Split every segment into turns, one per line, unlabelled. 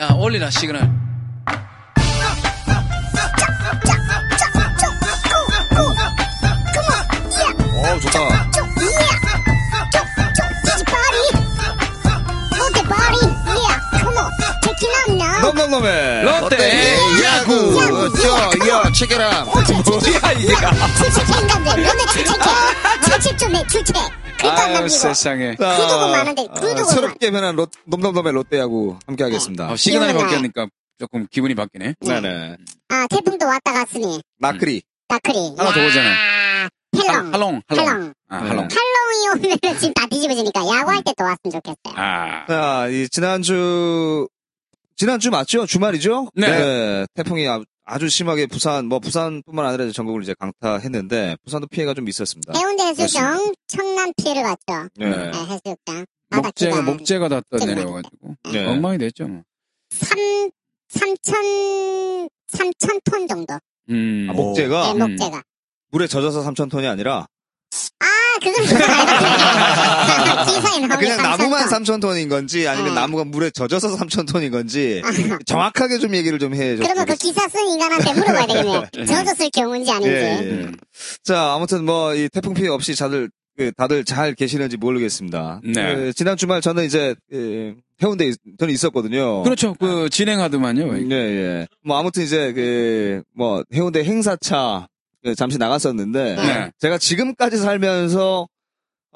야, 올리라, 시그널.
어 좋다 넘넘넘의
롯데
야구 저야
어,
체결함 뭐야 이게
아유, 세상에.
구독은 많은데, 구독은
아, 새롭게 변한 롯- 넘넘넘의 롯데 야구 함께 하겠습니다
어, 시그널이
시원하다.
바뀌니까 조금 기분이 바뀌네. 음.
네네
아, 태풍도 왔다 갔으니,
음. 나크리
나크리.
하나 더 오잖아.
헬롱.
할롱, 할롱.
헬롱.
아,
네.
할롱.
헬롱이 오면 지금 다 뒤집어지니까 야구할 때 또 왔으면 좋겠어요.
아.
자, 이 지난주 지난주 맞죠? 주말이죠?
네.
태풍이 아- 아주 심하게 부산 뭐 부산뿐만 아니라 전국을 이제 강타했는데 부산도 피해가 좀 있었습니다.
해운대 해수욕장,
그렇습니다.
청남 피해를 봤죠.
아, 네.
네, 해수욕장. 바다
목재가,
기반.
목재가 다 떠
기다리고.
내려와가지고.
네.
엉망이 됐죠, 뭐.
삼, 삼천, 삼천 톤 정도.
음.
아,
네,
목재가
음.
목재가.
물에 젖어서 3천 톤이 아니라
아, 그건 기사에 나오네. 기사에 나오네.
아, 그냥
삼천
나무만
톤.
3천 톤인 건지 아니면
네.
나무가 물에 젖어서 3천 톤인 건지
아,
정확하게 좀 얘기를 좀 해.
그러면 그 기사 쓴 인간한테 물어봐야 되겠네. 젖었을 경우인지 아닌지.
예,
음.
예.
네.
자, 아무튼 뭐 이 태풍 피해 없이 다들 그, 다들 잘 계시는지 모르겠습니다.
네.
그, 지난 주말 저는 이제 예, 해운대 에 저는 있었거든요.
그렇죠. 그, 진행하더만요.
예, 예. 뭐 아무튼 이제 그 뭐 해운대 행사차 예, 잠시 나갔었는데
네.
제가 지금까지 살면서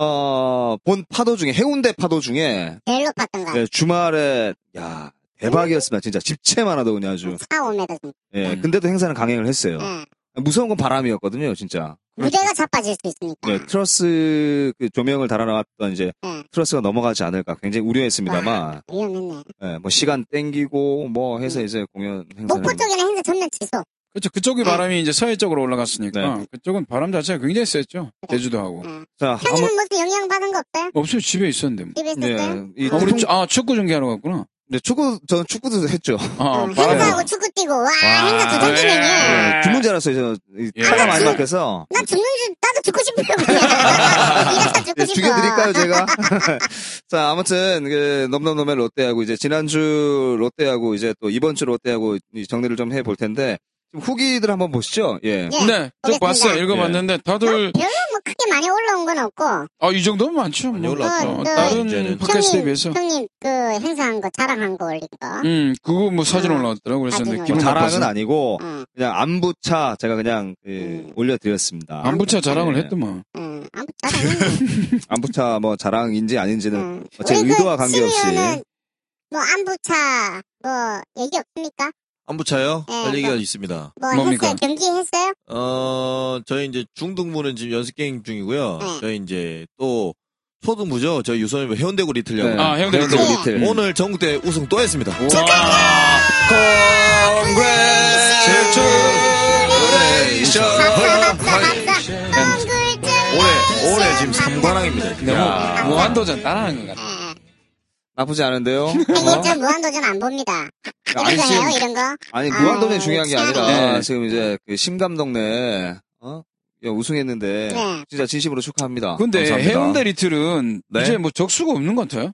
어본 파도 중에 해운대 파도 중에
제일 높았던 거.
예, 주말에 야 대박이었습니다. 진짜 집채만 하더군요 아주.
4, 5m 정도.
예. 근데도 행사는 강행을 했어요.
예.
무서운 건 바람이었거든요, 진짜.
무대가 자빠질 수 있으니까.
네, 트러스 그 조명을 달아놨던 이제
네.
트러스가 넘어가지 않을까 굉장히
아.
우려했습니다만,
위험했네.
예, 뭐 시간 땡기고 뭐
음.
해서 이제 공연 행사를
목포 쪽에는 행사 전면 취소.
그렇죠.
아.
그쪽이 바람이 이제 서해 쪽으로 올라갔으니까.
네.
그쪽은 바람 자체가 굉장히 셌죠. 제주도하고.
예.
자 아무
형님은 무슨 영향받은 거 없어요?
없어요. 집에 있었는데. 뭐.
집에 있을 때?
예, 이
아, 우리
음.
태풍-
축- 아, 축구 중계하러 갔구나.
네, 축구 저는 축구도 했죠.
아,
응,
바람.
행사하고 음, 축구 뛰고 와, 행사 두
예.
경기면요.
예, 죽는 줄 알았어요. 저 이,
예.
차가 많이
아,
막혀서 네,
난 죽는 줄 나도 죽고 싶어요. 그냥. 일어서
예,
죽고 싶어.
죽여드릴까요 제가? 자 아무튼 그 넘넘넘의 롯데하고 이제 지난주 롯데하고 이제 또 이번 주 롯데하고 이 정리를 좀 해 볼 텐데 좀 후기들 한번 보시죠.
예.
예.
네, 쭉
보겠습니다.
봤어요. 읽어봤는데 다들
별로 뭐 크게 많이 올라온 건 없고
아 이 정도면 많죠.
많이
뭐.
올라왔죠.
어,
그
다른
이제는.
팟캐스트에 비해서.
형님 그 행사한 거 자랑한 거 올린 거.
음, 그거 뭐 사진
음.
올라왔더라고 그래서
사진
근데
뭐
기분
음.
자랑은
나빠서
아니고
응,
그냥 안부차 제가 그냥 예,
음.
올려드렸습니다.
안부차 자랑을
네.
예.
했더만.
응. 음. 아무 자랑했네.
안부차 뭐 자랑인지 아닌지는
응.
제
우리 그
의도와 관계없이.
심의원은 뭐 안부차 뭐 얘기 없습니까?
안부차요?
네,
할 얘기가
뭐.
있습니다.
뭐
뭡니까?
했어요? 경기 했어요?
어, 저희 이제 중등부는 지금 연습 게임 중이고요.
네.
저희 이제 또 초등부죠. 저희 유소년 해운대구 리틀이라고.
네.
아, 해운대
해운대
리틀.
리틀.
음.
오늘 전국대 우승 또 했습니다.
와,
박사
Congratulations.
그렇죠.
박사 박사.
네.
올해, 올해 지금
네.
3관왕입니다.
네,
뭐
너무
뭐
무한도전 뭐, 따라하는 것 같아.
네.
나쁘지 않은데요.
아니
어?
저 무한도전 안 봅니다. 이런
아니
거 해요
지금
이런 거?
아니
아,
무한도전이 중요한 게 아니라
네.
지금 이제 그 심감동네 어? 야, 우승했는데
네.
진짜 진심으로 축하합니다.
근데
감사합니다.
해운대 리틀은
네.
이제 뭐 적수가 없는 것 같아요.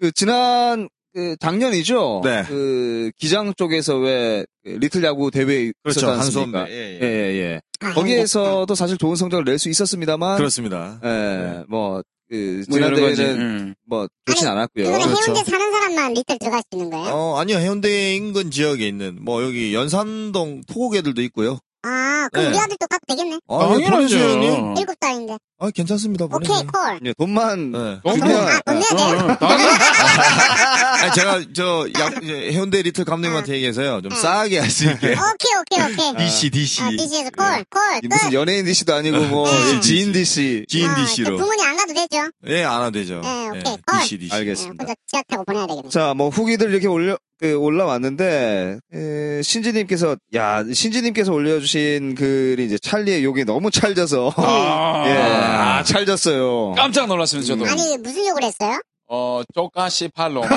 그 지난 그 작년이죠.
네.
그 기장 쪽에서 왜그 리틀 야구 대회
그렇죠.
있었지
한수업.
않습니까?
예,
예,
예.
예, 예.
아,
거기에서도 사실 좋은 성적을 낼 수
그렇죠.
있었습니다만
그렇습니다.
예, 뭐, 그,
뭐
지난
여러 가지.
대회는
음.
뭐, 좋진 않았고요.
그거는
그렇죠.
해운대 사는 사람만 리틀 들어갈 수 있는 거예요?
어, 아니요. 해운대 인근 지역에 있는, 뭐, 여기 연산동 토곡애들도 있고요.
아, 그럼
네.
우리 아들도 가도 되겠네?
아, 예,
어.
보내주세요.
일곱 살인데.
아, 괜찮습니다.
오케이,
보내주세요.
콜.
예, 돈만,
네.
너무
그냥-
좋아.
아, 보내야 돼?
어, 다들
아,
아니, 제가, 저, 약, 이제 해운대 리틀 감독님한테 얘기해서요. 좀 싸게 할 수
네.
있게.
오케이, 오케이, 오케이.
DC, DC.
아, DC에서 콜, 콜,
이
끝. 아,
무슨 연예인 DC도 아니고, 뭐,
네.
예, 지인 DC.
지인
아, 그
DC로.
부모님 안 가도 되죠?
예, 안 해도 되죠.
네, 오케이.
예,
헐.
DC, DC.
알겠습니다.
예, 혼자 지하 타고 보내야 되겠네.
자, 뭐, 후기들 이렇게 올려, 그, 올라왔는데, 에, 신지님께서, 야, 신지님께서 올려주신 글이 이제 찰리의 욕이 너무 찰져서,
아,
예, 아, 찰졌어요.
깜짝 놀랐습니다 저도.
아니, 무슨 욕을 했어요?
어, 쪼까시 팔로마.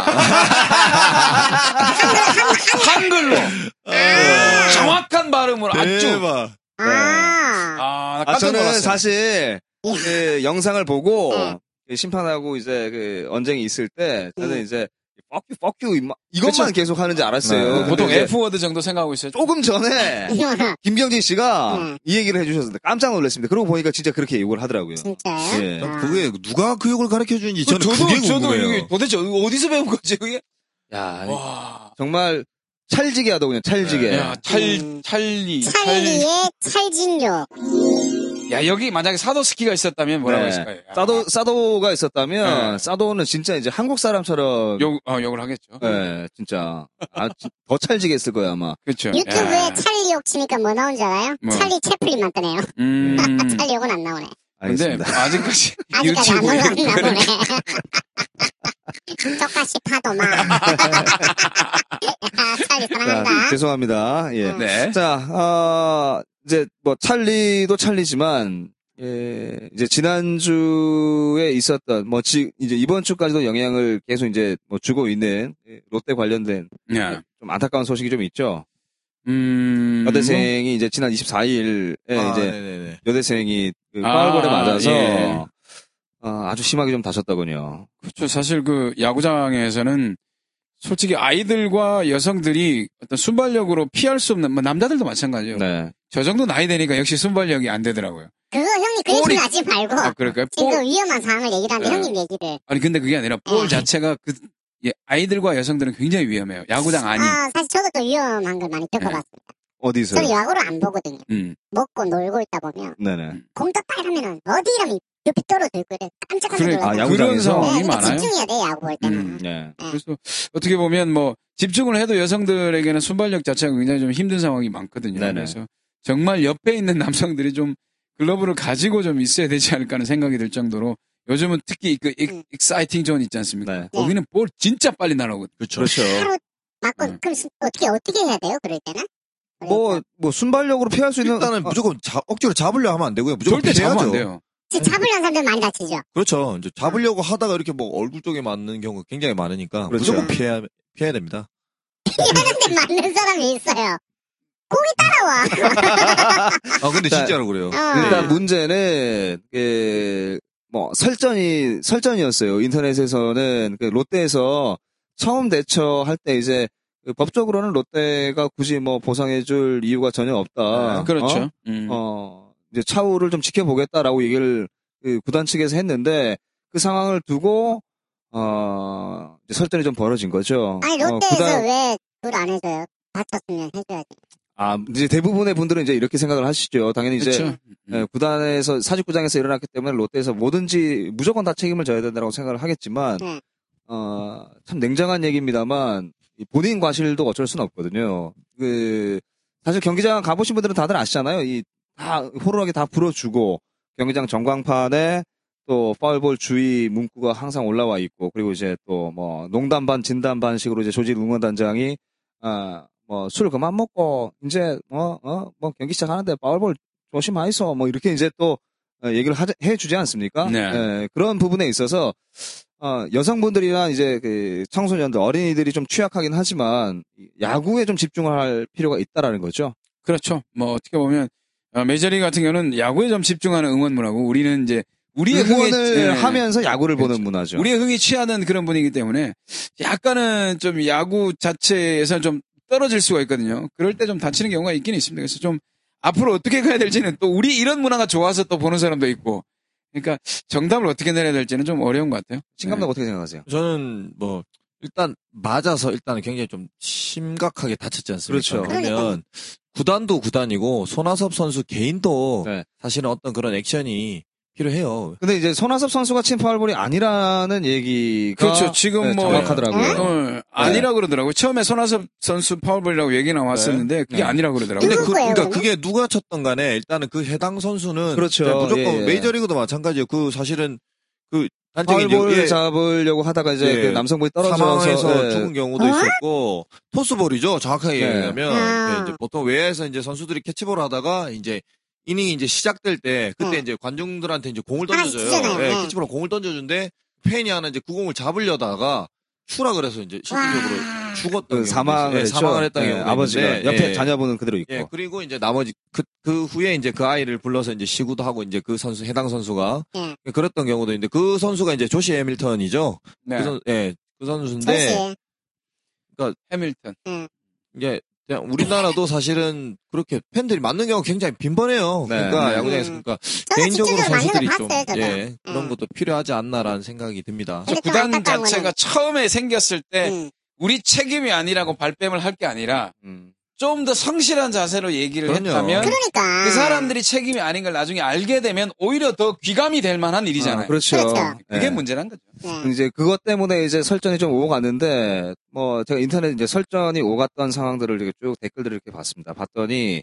한글로
네.
정확한 발음으로 아주.
대박.
아,
아, 나
아,
깜짝
저는
놀랐어요. 어.
사실, 그 영상을 보고,
예.
그 심판하고 이제 그 언쟁이 있을 때, 저는
음.
이제 fuck you, fuck you 임마. 이것만
그쵸.
계속 하는지 알았어요.
네.
근데
보통
이제
F워드 정도 생각하고 있어요.
조금 전에
이거나
김경진 씨가
음.
이 얘기를 해주셨는데 깜짝 놀랐습니다. 그러고 보니까 진짜 그렇게 욕을 하더라고요.
음.
진짜요?
예.
아.
네. 그게 누가 그 욕을 가르쳐 주는지 저는 그게 궁금해요.
저도 이게 도대체 어디서 배운 거지 그게?
야,
와.
정말 찰지게 하더군요. 찰지게.
네.
야, 찰
음.
찰리 찰.
찰리의 찰진료.
야 여기 만약에 사도스키가 있었다면 뭐라고
네.
했을까요? 야,
사도 사도가 있었다면
네.
사도는 진짜 이제 한국 사람처럼
욕 어, 욕을 하겠죠.
예,
네,
진짜 아, 지- 더 찰지게 했을 거야 아마.
그렇죠.
예.
유튜브에 찰리 욕 치니까 뭐 나오는지 알아요?
뭐?
찰리 채플린만 뜨네요.
음.
찰리 욕은 안 나오네.
근데
알겠습니다.
아직까지
아직까지 안
유튜브에
올라왔나 보네. 똑같이 파도만. 야, 찰리
자,
아,
아?
사랑한다.
죄송합니다. 예.
음.
네.
자, 아, 이제 뭐 찰리도 찰리지만 예, 이제 지난주에 있었던 뭐 지, 이제 이번 주까지도 영향을 계속 이제 뭐 주고 있는 예, 롯데 관련된
네.
좀 안타까운 소식이 좀 있죠.
음.
여대생이 이제 지난 24일에 예,
아,
이제
네네네.
여대생이 그
아,
파울볼에 맞아서
예.
아, 주 심하게 좀 다쳤다군요.
그렇죠. 사실 그 야구장에서는 솔직히 아이들과 여성들이 어떤 순발력으로 피할 수 없는 뭐 남자들도 마찬가지예요.
네.
저 정도 나이 되니까 역시 순발력이 안 되더라고요.
그거 형님 그
꼬리-
얘기 하지 말고.
아, 그럴까요?
지금
볼-
위험한 상황을 얘기를 하는데
네.
형님 얘기를.
아니 근데 그게 아니라 볼 자체가 그 예, 아이들과 여성들은 굉장히 위험해요. 야구장 아니. 네,
아, 사실 저도 좀 위험한 걸 많이 겪어봤어요.
어디서?
저는 야구를 안 보거든요.
음.
먹고 놀고 있다 보면
네네.
공떡 빨면은 어디 이러면 옆이 떨어져 있거든. 깜짝
그래,
놀라요.
아, 야구-
그런
야구장에서?
상황이
네,
그러니까
그러니까
많아요.
집중해야 돼 야구 볼 때는.
음.
네.
그래서 어떻게 보면 뭐 집중을 해도 여성들에게는 순발력 자체가 굉장히 좀 힘든 상황이 많거든요.
네네.
그래서 정말 옆에 있는 남성들이 좀 글러브를 가지고 좀 있어야 되지 않을까 하는 생각이 들 정도로 요즘은 특히 그 익,
음.
익사이팅 존 있지 않습니까?
네.
거기는 볼 진짜 빨리 날아오거든요.
그렇죠.
그렇죠.
맞고
네.
그럼 수- 어떻게 어떻게 해야 돼요 그럴 때는?
뭐, 뭐, 순발력으로 피할 수 있는.
일단은
아,
무조건 잡- 억지로 잡으려 하면 안 되고요. 무조건
절대 잡으면 안
피해야죠.
돼요.
그래서 잡으려는 사람들 많이 다치죠.
그렇죠. 이제 잡으려고 하다가 이렇게 뭐 얼굴 쪽에 맞는 경우 굉장히 많으니까
그렇죠.
무조건 피해야 피해야 됩니다.
피하는데 맞는 사람이 있어요. 공이 따라와.
아 근데
자,
진짜로 그래요.
어.
네.
일단 문제는, 예, 뭐, 설전이, 설전이었어요. 인터넷에서는, 그 롯데에서 처음 대처할 때 이제, 그 법적으로는 롯데가 굳이 뭐 보상해줄 이유가 전혀 없다.
그렇죠.
어?
음.
어, 이제 차후를 좀 지켜보겠다라고 얘기를 그 구단 측에서 했는데 그 상황을 두고 어, 이제 설전이 좀 벌어진 거죠.
아니
어,
롯데에서
구단-
왜 그걸 안 해줘요? 다쳤으면 해줘야지.
아, 이제 대부분의 분들은 이제 이렇게 생각을 하시죠. 당연히 이제
그렇죠. 음.
예, 구단에서 사직구장에서 일어났기 때문에 롯데에서 뭐든지 무조건 다 책임을 져야 된다고 생각을 하겠지만
네.
어, 참 냉정한 얘기입니다만 이 본인 과실도 어쩔 수는 없거든요. 그 사실 경기장 가보신 분들은 다들 아시잖아요. 이 다 호루라기 다 불어주고 경기장 전광판에 또 파울볼 주의 문구가 항상 올라와 있고 그리고 이제 또 뭐 농담 반 진담 반식으로 이제 조직 응원단장이 아뭐술 그만 먹고 이제 뭐어뭐 경기 시작하는데 파울볼 조심하이소 뭐 이렇게 이제 또 어, 얘기를 하자- 해주지 않습니까?
네.
예, 그런 부분에 있어서 어, 여성분들이나 이제 그 청소년들 어린이들이 좀 취약하긴 하지만 야구에 좀 집중을 할 필요가 있다라는 거죠.
그렇죠. 뭐 어떻게 보면 어, 메이저리그 같은 경우는 야구에 좀 집중하는 응원 문화고 우리는 이제 우리의 흥에
응원을
예,
하면서 야구를
그렇죠.
보는 문화죠. 네.
우리의 흥이 취하는 그런 분위기 때문에 약간은 좀 야구 자체에서 좀 떨어질 수가 있거든요. 그럴 때 좀 다치는 경우가 있긴 있습니다. 그래서 좀 앞으로 어떻게 가야 될지는 또 우리 이런 문화가 좋아서 또 보는 사람도 있고 그러니까 정답을 어떻게 내려야 될지는 좀 어려운 것 같아요.
신감독 어떻게 생각하세요?
저는 뭐 일단 맞아서 일단 굉장히 좀 심각하게 다쳤지 않습니까?
그렇죠.
그러면 구단도 구단이고 손아섭 선수 개인도
네.
사실은 어떤 그런 액션이 필요해요.
근데 이제 손아섭 선수가 친 파울볼이 아니라는 얘기가
그렇죠. 지금
네,
뭐-
정확하더라고요.
어, 아니라고 그러더라고요. 처음에 손아섭 선수 파울볼이라고 얘기 나왔었는데 그게
네.
아니라고 그러더라고요.
근데 그,
누구 거예요,
그러니까
그러면?
그게 누가 쳤던 간에 일단은 그 해당 선수는
그렇죠.
일단 무조건
예, 예.
메이저리그도 마찬가지예요. 그 사실은 그 단적인
파울볼을
예,
잡으려고 하다가 이제
예.
그 남성분이
사망해서
떨어져서 예.
죽은 경우도
어?
있었고 토스볼이죠 정확하게
네.
얘기하면
아.
네, 이제 보통 외야에서 이제 선수들이 캐치볼 하다가 이제 이닝이 이제 시작될 때 그때
어.
이제 관중들한테 이제 공을
아,
던져줘요.
진짜네요.
네,
네.
캐치볼로 공을 던져준데 팬이 하나 이제 그 공을 잡으려다가 추락을 해서 이제 실질적으로
와.
죽었던
그
경우도
사망을
있어요. 네,
했죠.
사망을 했던
예,
경우
아버지가 옆에 자녀분은 그대로 있고.
예, 그리고 이제 나머지 그, 그 후에 이제 그 아이를 불러서 이제 시구도 하고 이제 그 선수, 해당 선수가.
예.
그랬던 경우도 있는데 그 선수가 이제 조시 해밀턴이죠.
네.
그 선, 예. 그 선수인데
첼시.
네.
해밀턴.
이게 그냥 우리나라도 사실은 그렇게 팬들이 맞는 경우가 굉장히 빈번해요.
네.
그러니까
음.
야구장에서 그러니까
저도
개인적으로
직접적으로
선수들이
맞는
좀
걸 봤어요, 저도.
예, 그런
음.
것도 필요하지 않나라는 생각이 듭니다.
근데 좀
구단
안타까운
자체가 네.
거는-
처음에 생겼을 때
음.
우리 책임이 아니라고 발뺌을 할 게 아니라
음.
좀 더 성실한 자세로 얘기를
그럼요.
했다면
그러니까.
그 사람들이 책임이 아닌 걸 나중에 알게 되면 오히려 더 귀감이 될 만한 일이잖아요.
아, 그렇죠.
그렇죠.
그게
예.
문제란 거죠.
네.
음.
이제 그것 때문에 이제 설전이 좀 오고 갔는데 뭐 제가 인터넷 이제 설전이 오갔던 상황들을 이렇게 쭉 댓글들을 이렇게 봤습니다. 봤더니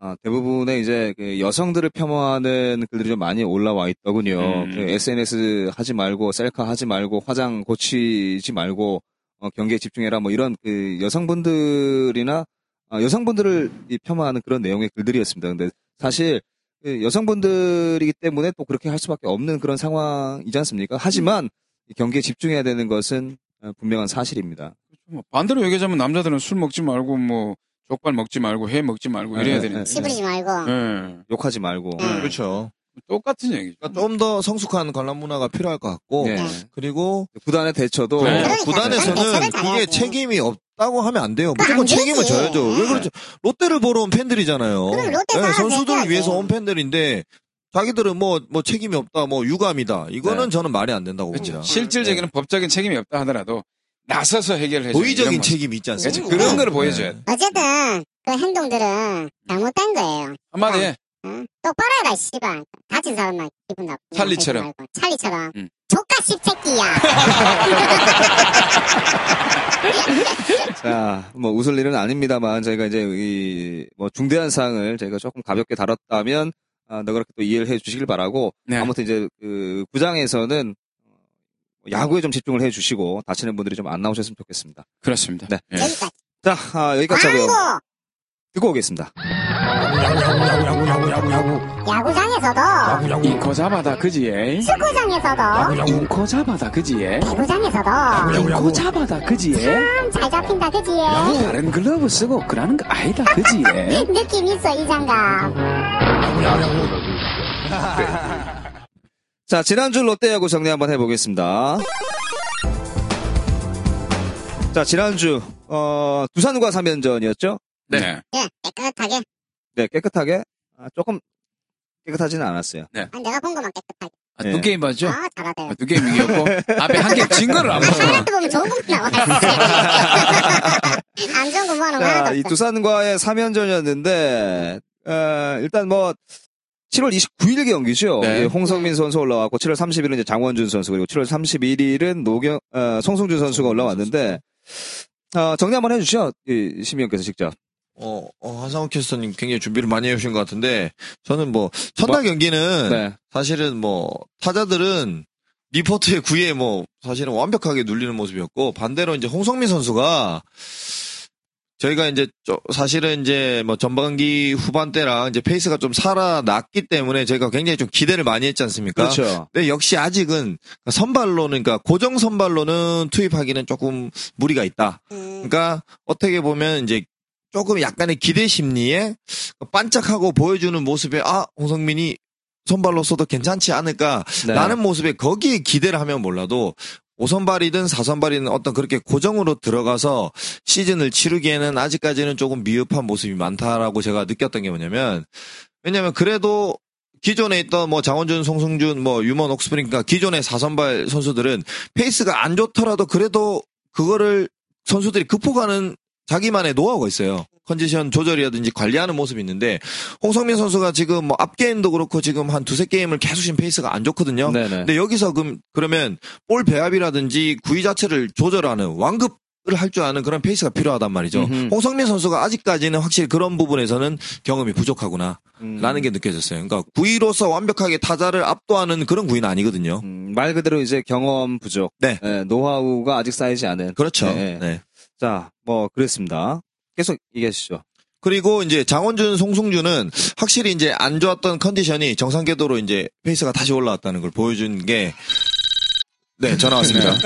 아, 대부분의 이제 그 여성들을 폄하하는 글들이 좀 많이 올라와 있더군요.
음.
그 SNS 하지 말고 셀카 하지 말고 화장 고치지 말고 어, 경기에 집중해라 뭐 이런 그 여성분들이나 아, 여성분들을 이 폄하하는 그런 내용의 글들이었습니다. 근데 사실 그 여성분들이기 때문에 또 그렇게 할 수밖에 없는 그런 상황이지 않습니까? 하지만 이 경기에 집중해야 되는 것은 어, 분명한 사실입니다.
뭐 반대로 얘기하자면 남자들은 술 먹지 말고 뭐 족발 먹지 말고 회 먹지 말고 이래야
네,
예,
되는데.
예, 예.
시부리지 말고.
예.
욕하지 말고.
음.
그렇죠.
똑같은 얘기죠.
그러니까 좀 더 성숙한 관람 문화가 필요할 것 같고
뭐
예.
그리고
구단의 대처도
네.
어,
그러니까 그런
구단에서는
대처를
그게
잘해야지.
책임이 없다고 하면 안 돼요.
그거
무조건
안 되지. 음.
책임을 져야죠. 왜 그렇죠? 롯데를 보러 온 팬들이잖아요. 예,
그럼 롯데 사람들
선수들을
해야지.
위해서 온 팬들인데 자기들은 뭐, 뭐 책임이 없다, 뭐 유감이다. 이거는
네.
저는 말이 안 된다고 봅니다.
실질적인 법적인 책임이 없다 하더라도 나서서 해결해 주는
도의적인 책임이 있지
그렇지.
않습니까?
그런
네.
걸 보여줘야 돼.
네.
어쨌든, 그 행동들은 잘못된 거예요.
네.
한마디에
응? 똑바로 해라, 씨발. 다친 사람만 기분 나쁘게.
찰리처럼.
만들지 말고. 찰리처럼.
응.
조카 씹새끼야.
자, 뭐 웃을 일은 아닙니다만 저희가 이제 이 뭐 중대한 사항을 저희가 조금 가볍게 다뤘다면 아, 너그럽게 또 이해를 해 주시길 바라고
네.
아무튼 이제 그 구장에서는 어, 야구에 좀 집중을 해 주시고 다치는 분들이 좀 안 나오셨으면 좋겠습니다.
그렇습니다.
네.
예.
여기까지.
자, 아, 여기까지 하고요.
광고!
듣고 오겠습니다.
야구장에서도,
이코 잡아다 그지에
축구장에서도,
이코 잡아다 그지에
배구장에서도,
이코 잡아다 그지에
참 잘 잡힌다, 그지?
다른 글러브 쓰고 그러는 거 아니다 그지에
느낌 있어, 이 장갑.
자, 지난주 롯데야구 정리 한번 해보겠습니다. 자, 지난주, 어, 두산과 3연전이었죠?
네.
예, 깨끗하게.
네, 깨끗하게. 아, 조금 깨끗하지는 않았어요.
아, 내가 본 것만 깨끗하게.
아,
예.
두 게임 봤죠?
아, 잘하대요. 아,
아, 두 게임 이겼고 앞에 한 게임 진 거를 안 봤어.
하이라이트 보면 좋은 것만 나와. 있어. 안 좋은 것만 아, 하나
자,
하나도
이
없어.
두산과의 3연전이었는데, 일단 뭐, 7월 29일 경기죠.
네.
예, 홍성민 선수 올라왔고, 7월 30일은 이제 장원준 선수, 그리고 7월 31일은 노경, 어, 송승준 선수가 올라왔는데, 어, 정리 한번 해주시죠. 이, 심의원께서 직접.
어, 어, 한상욱 캐스터님 굉장히 준비를 많이 해주신 것 같은데, 저는 뭐, 첫날 경기는
네.
사실은 뭐, 타자들은 리포트의 구위에 뭐, 사실은 완벽하게 눌리는 모습이었고, 반대로 이제 홍성민 선수가, 저희가 이제, 저- 사실은 이제 뭐, 전반기 후반 때랑 이제 페이스가 좀 살아났기 때문에 저희가 굉장히 좀 기대를 많이 했지 않습니까?
그렇죠.
근데 역시 아직은 선발로는, 그러니까 고정 선발로는 투입하기는 조금 무리가 있다.
음,
그러니까 어떻게 보면 이제 조금 약간의 기대 심리에 반짝하고 보여주는 모습에 아 홍성민이 선발로서도 괜찮지 않을까
네.
라는 모습에 거기에 기대를 하면 몰라도 5선발이든 4선발이든 어떤 그렇게 고정으로 들어가서 시즌을 치르기에는 아직까지는 조금 미흡한 모습이 많다라고 제가 느꼈던 게 뭐냐면 왜냐면 그래도 기존에 있던 뭐 장원준, 송승준, 뭐 유먼, 옥스프링 그러니까 기존의 4선발 선수들은 페이스가 안 좋더라도 그래도 그거를 선수들이 극복하는 자기만의 노하우가 있어요. 컨디션 조절이라든지 관리하는 모습이 있는데 홍성민 선수가 지금 뭐 앞 게임도 그렇고 지금 한 두세 게임을 계속 지금 페이스가 안 좋거든요.
네네.
근데 여기서 그럼 그러면 볼 배합이라든지 구위 자체를 조절하는 완급 을 할 줄 아는 그런 페이스가 필요하단 말이죠.
음흠.
홍성민 선수가 아직까지는 확실히 그런 부분에서는 경험이 부족하구나라는
음.
게 느껴졌어요. 그러니까 구위로서 완벽하게 타자를 압도하는 그런 구위는 아니거든요.
음, 말 그대로 이제 경험 부족,
네.
예, 노하우가 아직 쌓이지 않은.
그렇죠.
네.
네.
자, 뭐 그랬습니다. 계속 얘기하시죠.
그리고 이제 장원준, 송승준은 확실히 이제 안 좋았던 컨디션이 정상 궤도로 이제 페이스가 다시 올라왔다는 걸 보여준 게 네, 전화 왔습니다.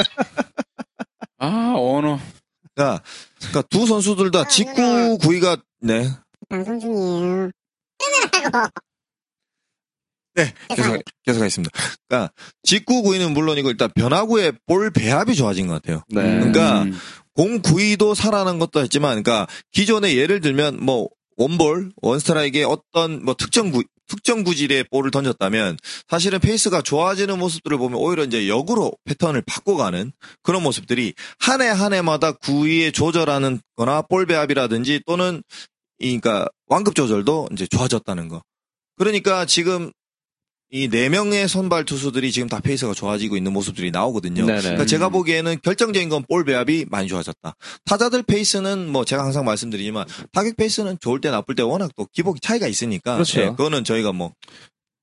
아 언어.
그러니까, 그러니까 두 선수들 다 직구 구위가 네.
방송 중이에요. 끊으라고.
네, 계속,
죄송합니다.
계속하겠습니다. 그러니까 직구 구위는 물론이고 일단 변화구의 볼 배합이 좋아진 것 같아요.
네.
그러니까
음.
공 구위도 살아난 것도 했지만, 그러니까 기존에 예를 들면 뭐 원볼 원스트라이크에 어떤 뭐 특정 구 특정 구질의 볼을 던졌다면 사실은 페이스가 좋아지는 모습들을 보면 오히려 이제 역으로 패턴을 바꿔가는 그런 모습들이 한 해 한 해마다 구위에 조절하는 거나 볼 배합이라든지 또는 이 그러니까 완급 조절도 이제 좋아졌다는 거. 그러니까 지금 이 네 명의 선발 투수들이 지금 다 페이스가 좋아지고 있는 모습들이 나오거든요.
네네.
그러니까 제가
음.
보기에는 결정적인 건 볼 배합이 많이 좋아졌다. 타자들 페이스는 뭐 제가 항상 말씀드리지만 타격 페이스는 좋을 때 나쁠 때 워낙 또 기복이 차이가 있으니까
그렇죠.
예, 그거는 저희가 뭐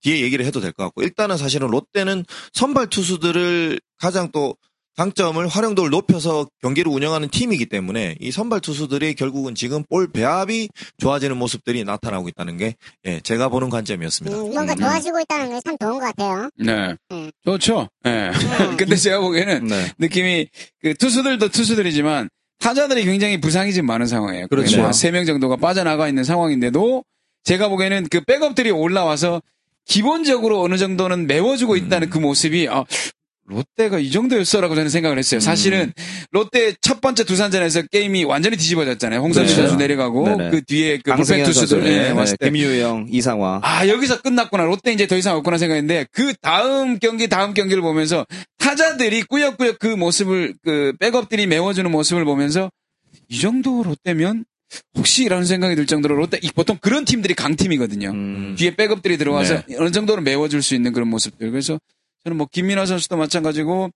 뒤에 얘기를 해도 될 것 같고 일단은 사실은 롯데는 선발 투수들을 가장 또 장점을 활용도를 높여서 경기를 운영하는 팀이기 때문에 이 선발 투수들이 결국은 지금 볼 배합이 좋아지는 모습들이 나타나고 있다는 게 예, 제가 보는 관점이었습니다.
음, 뭔가
음.
좋아지고 있다는 게 참 좋은 것 같아요.
네.
음.
좋죠. 예.
음.
근데 제가 보기에는
네.
느낌이 그 투수들도 투수들이지만 타자들이 굉장히 부상이 좀 많은 상황이에요. 그러니까
그렇죠.
세명 정도가 빠져나가 있는 상황인데도 제가 보기에는 그 백업들이 올라와서 기본적으로 어느 정도는 메워주고
음.
있다는 그 모습이 아, 롯데가 이 정도였어라고 저는 생각을 했어요. 사실은
음.
롯데 첫 번째 두산전에서 게임이 완전히 뒤집어졌잖아요. 홍선수
네.
선수 내려가고
네네.
그 뒤에 그 불펜
강승현
투수들
선수,
예,
네,
왔을 때
김유영, 이상화.
아 여기서 끝났구나 롯데 이제 더 이상 없구나 생각했는데 그 다음 경기 다음 경기를 보면서 타자들이 꾸역꾸역 그 모습을 그 백업들이 메워주는 모습을 보면서 이 정도 롯데면 혹시라는 생각이 들 정도로 롯데 이- 보통 그런 팀들이 강팀이거든요
음.
뒤에 백업들이 들어와서
네.
어느 정도는 메워줄 수 있는 그런 모습들 그래서 저는 뭐 김민아 선수도 마찬가지고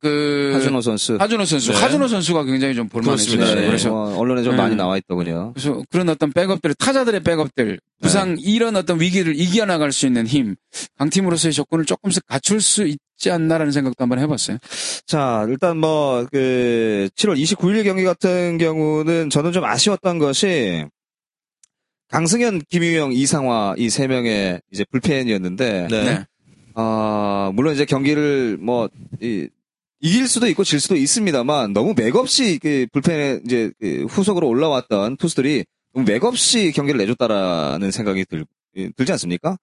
그
하준호 선수.
하준호 선수
네.
하준호 선수가 굉장히 좀 볼만해졌어요
그렇습니다. 네.
그래서
어, 언론에 좀
음.
많이 나와 있더군요.
그래서 그런 어떤 백업들, 타자들의 백업들, 부상 이런 어떤 위기를 이겨나갈 수 있는 힘, 강팀으로서의 조건을 조금씩 갖출 수 있지 않나라는 생각도 한번 해봤어요.
자, 일단 뭐, 그, 7월 29일 경기 같은 경우는 저는 좀 아쉬웠던 것이, 강승현, 김유영, 이상화, 이 세 명의 이제 불펜이었는데,
네.
아, 물론 이제 경기를 뭐, 이, 이길 수도 있고 질 수도 있습니다만, 너무 맥없이 그 불펜에 이제 그 후속으로 올라왔던 투수들이 너무 맥없이 경기를 내줬다라는 생각이 들, 예, 들지 않습니까?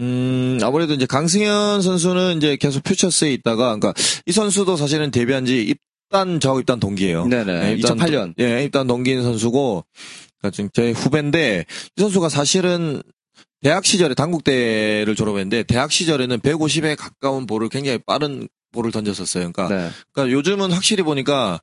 음, 아무래도 이제 강승현 선수는 이제 계속 퓨처스에 있다가, 그러니까 이 선수도 사실은 데뷔한 지 입단, 저하고 입단 동기예요
네네.
예, 입단
2008년.
동- 예, 입단 동기인 선수고, 그러니까 지금 제 후배인데, 이 선수가 사실은 대학 시절에 당국대를 졸업했는데, 대학 시절에는 150에 가까운 볼을 굉장히 빠른 볼을 던졌었어요. 그러니까
네.
그러니까 요즘은 확실히 보니까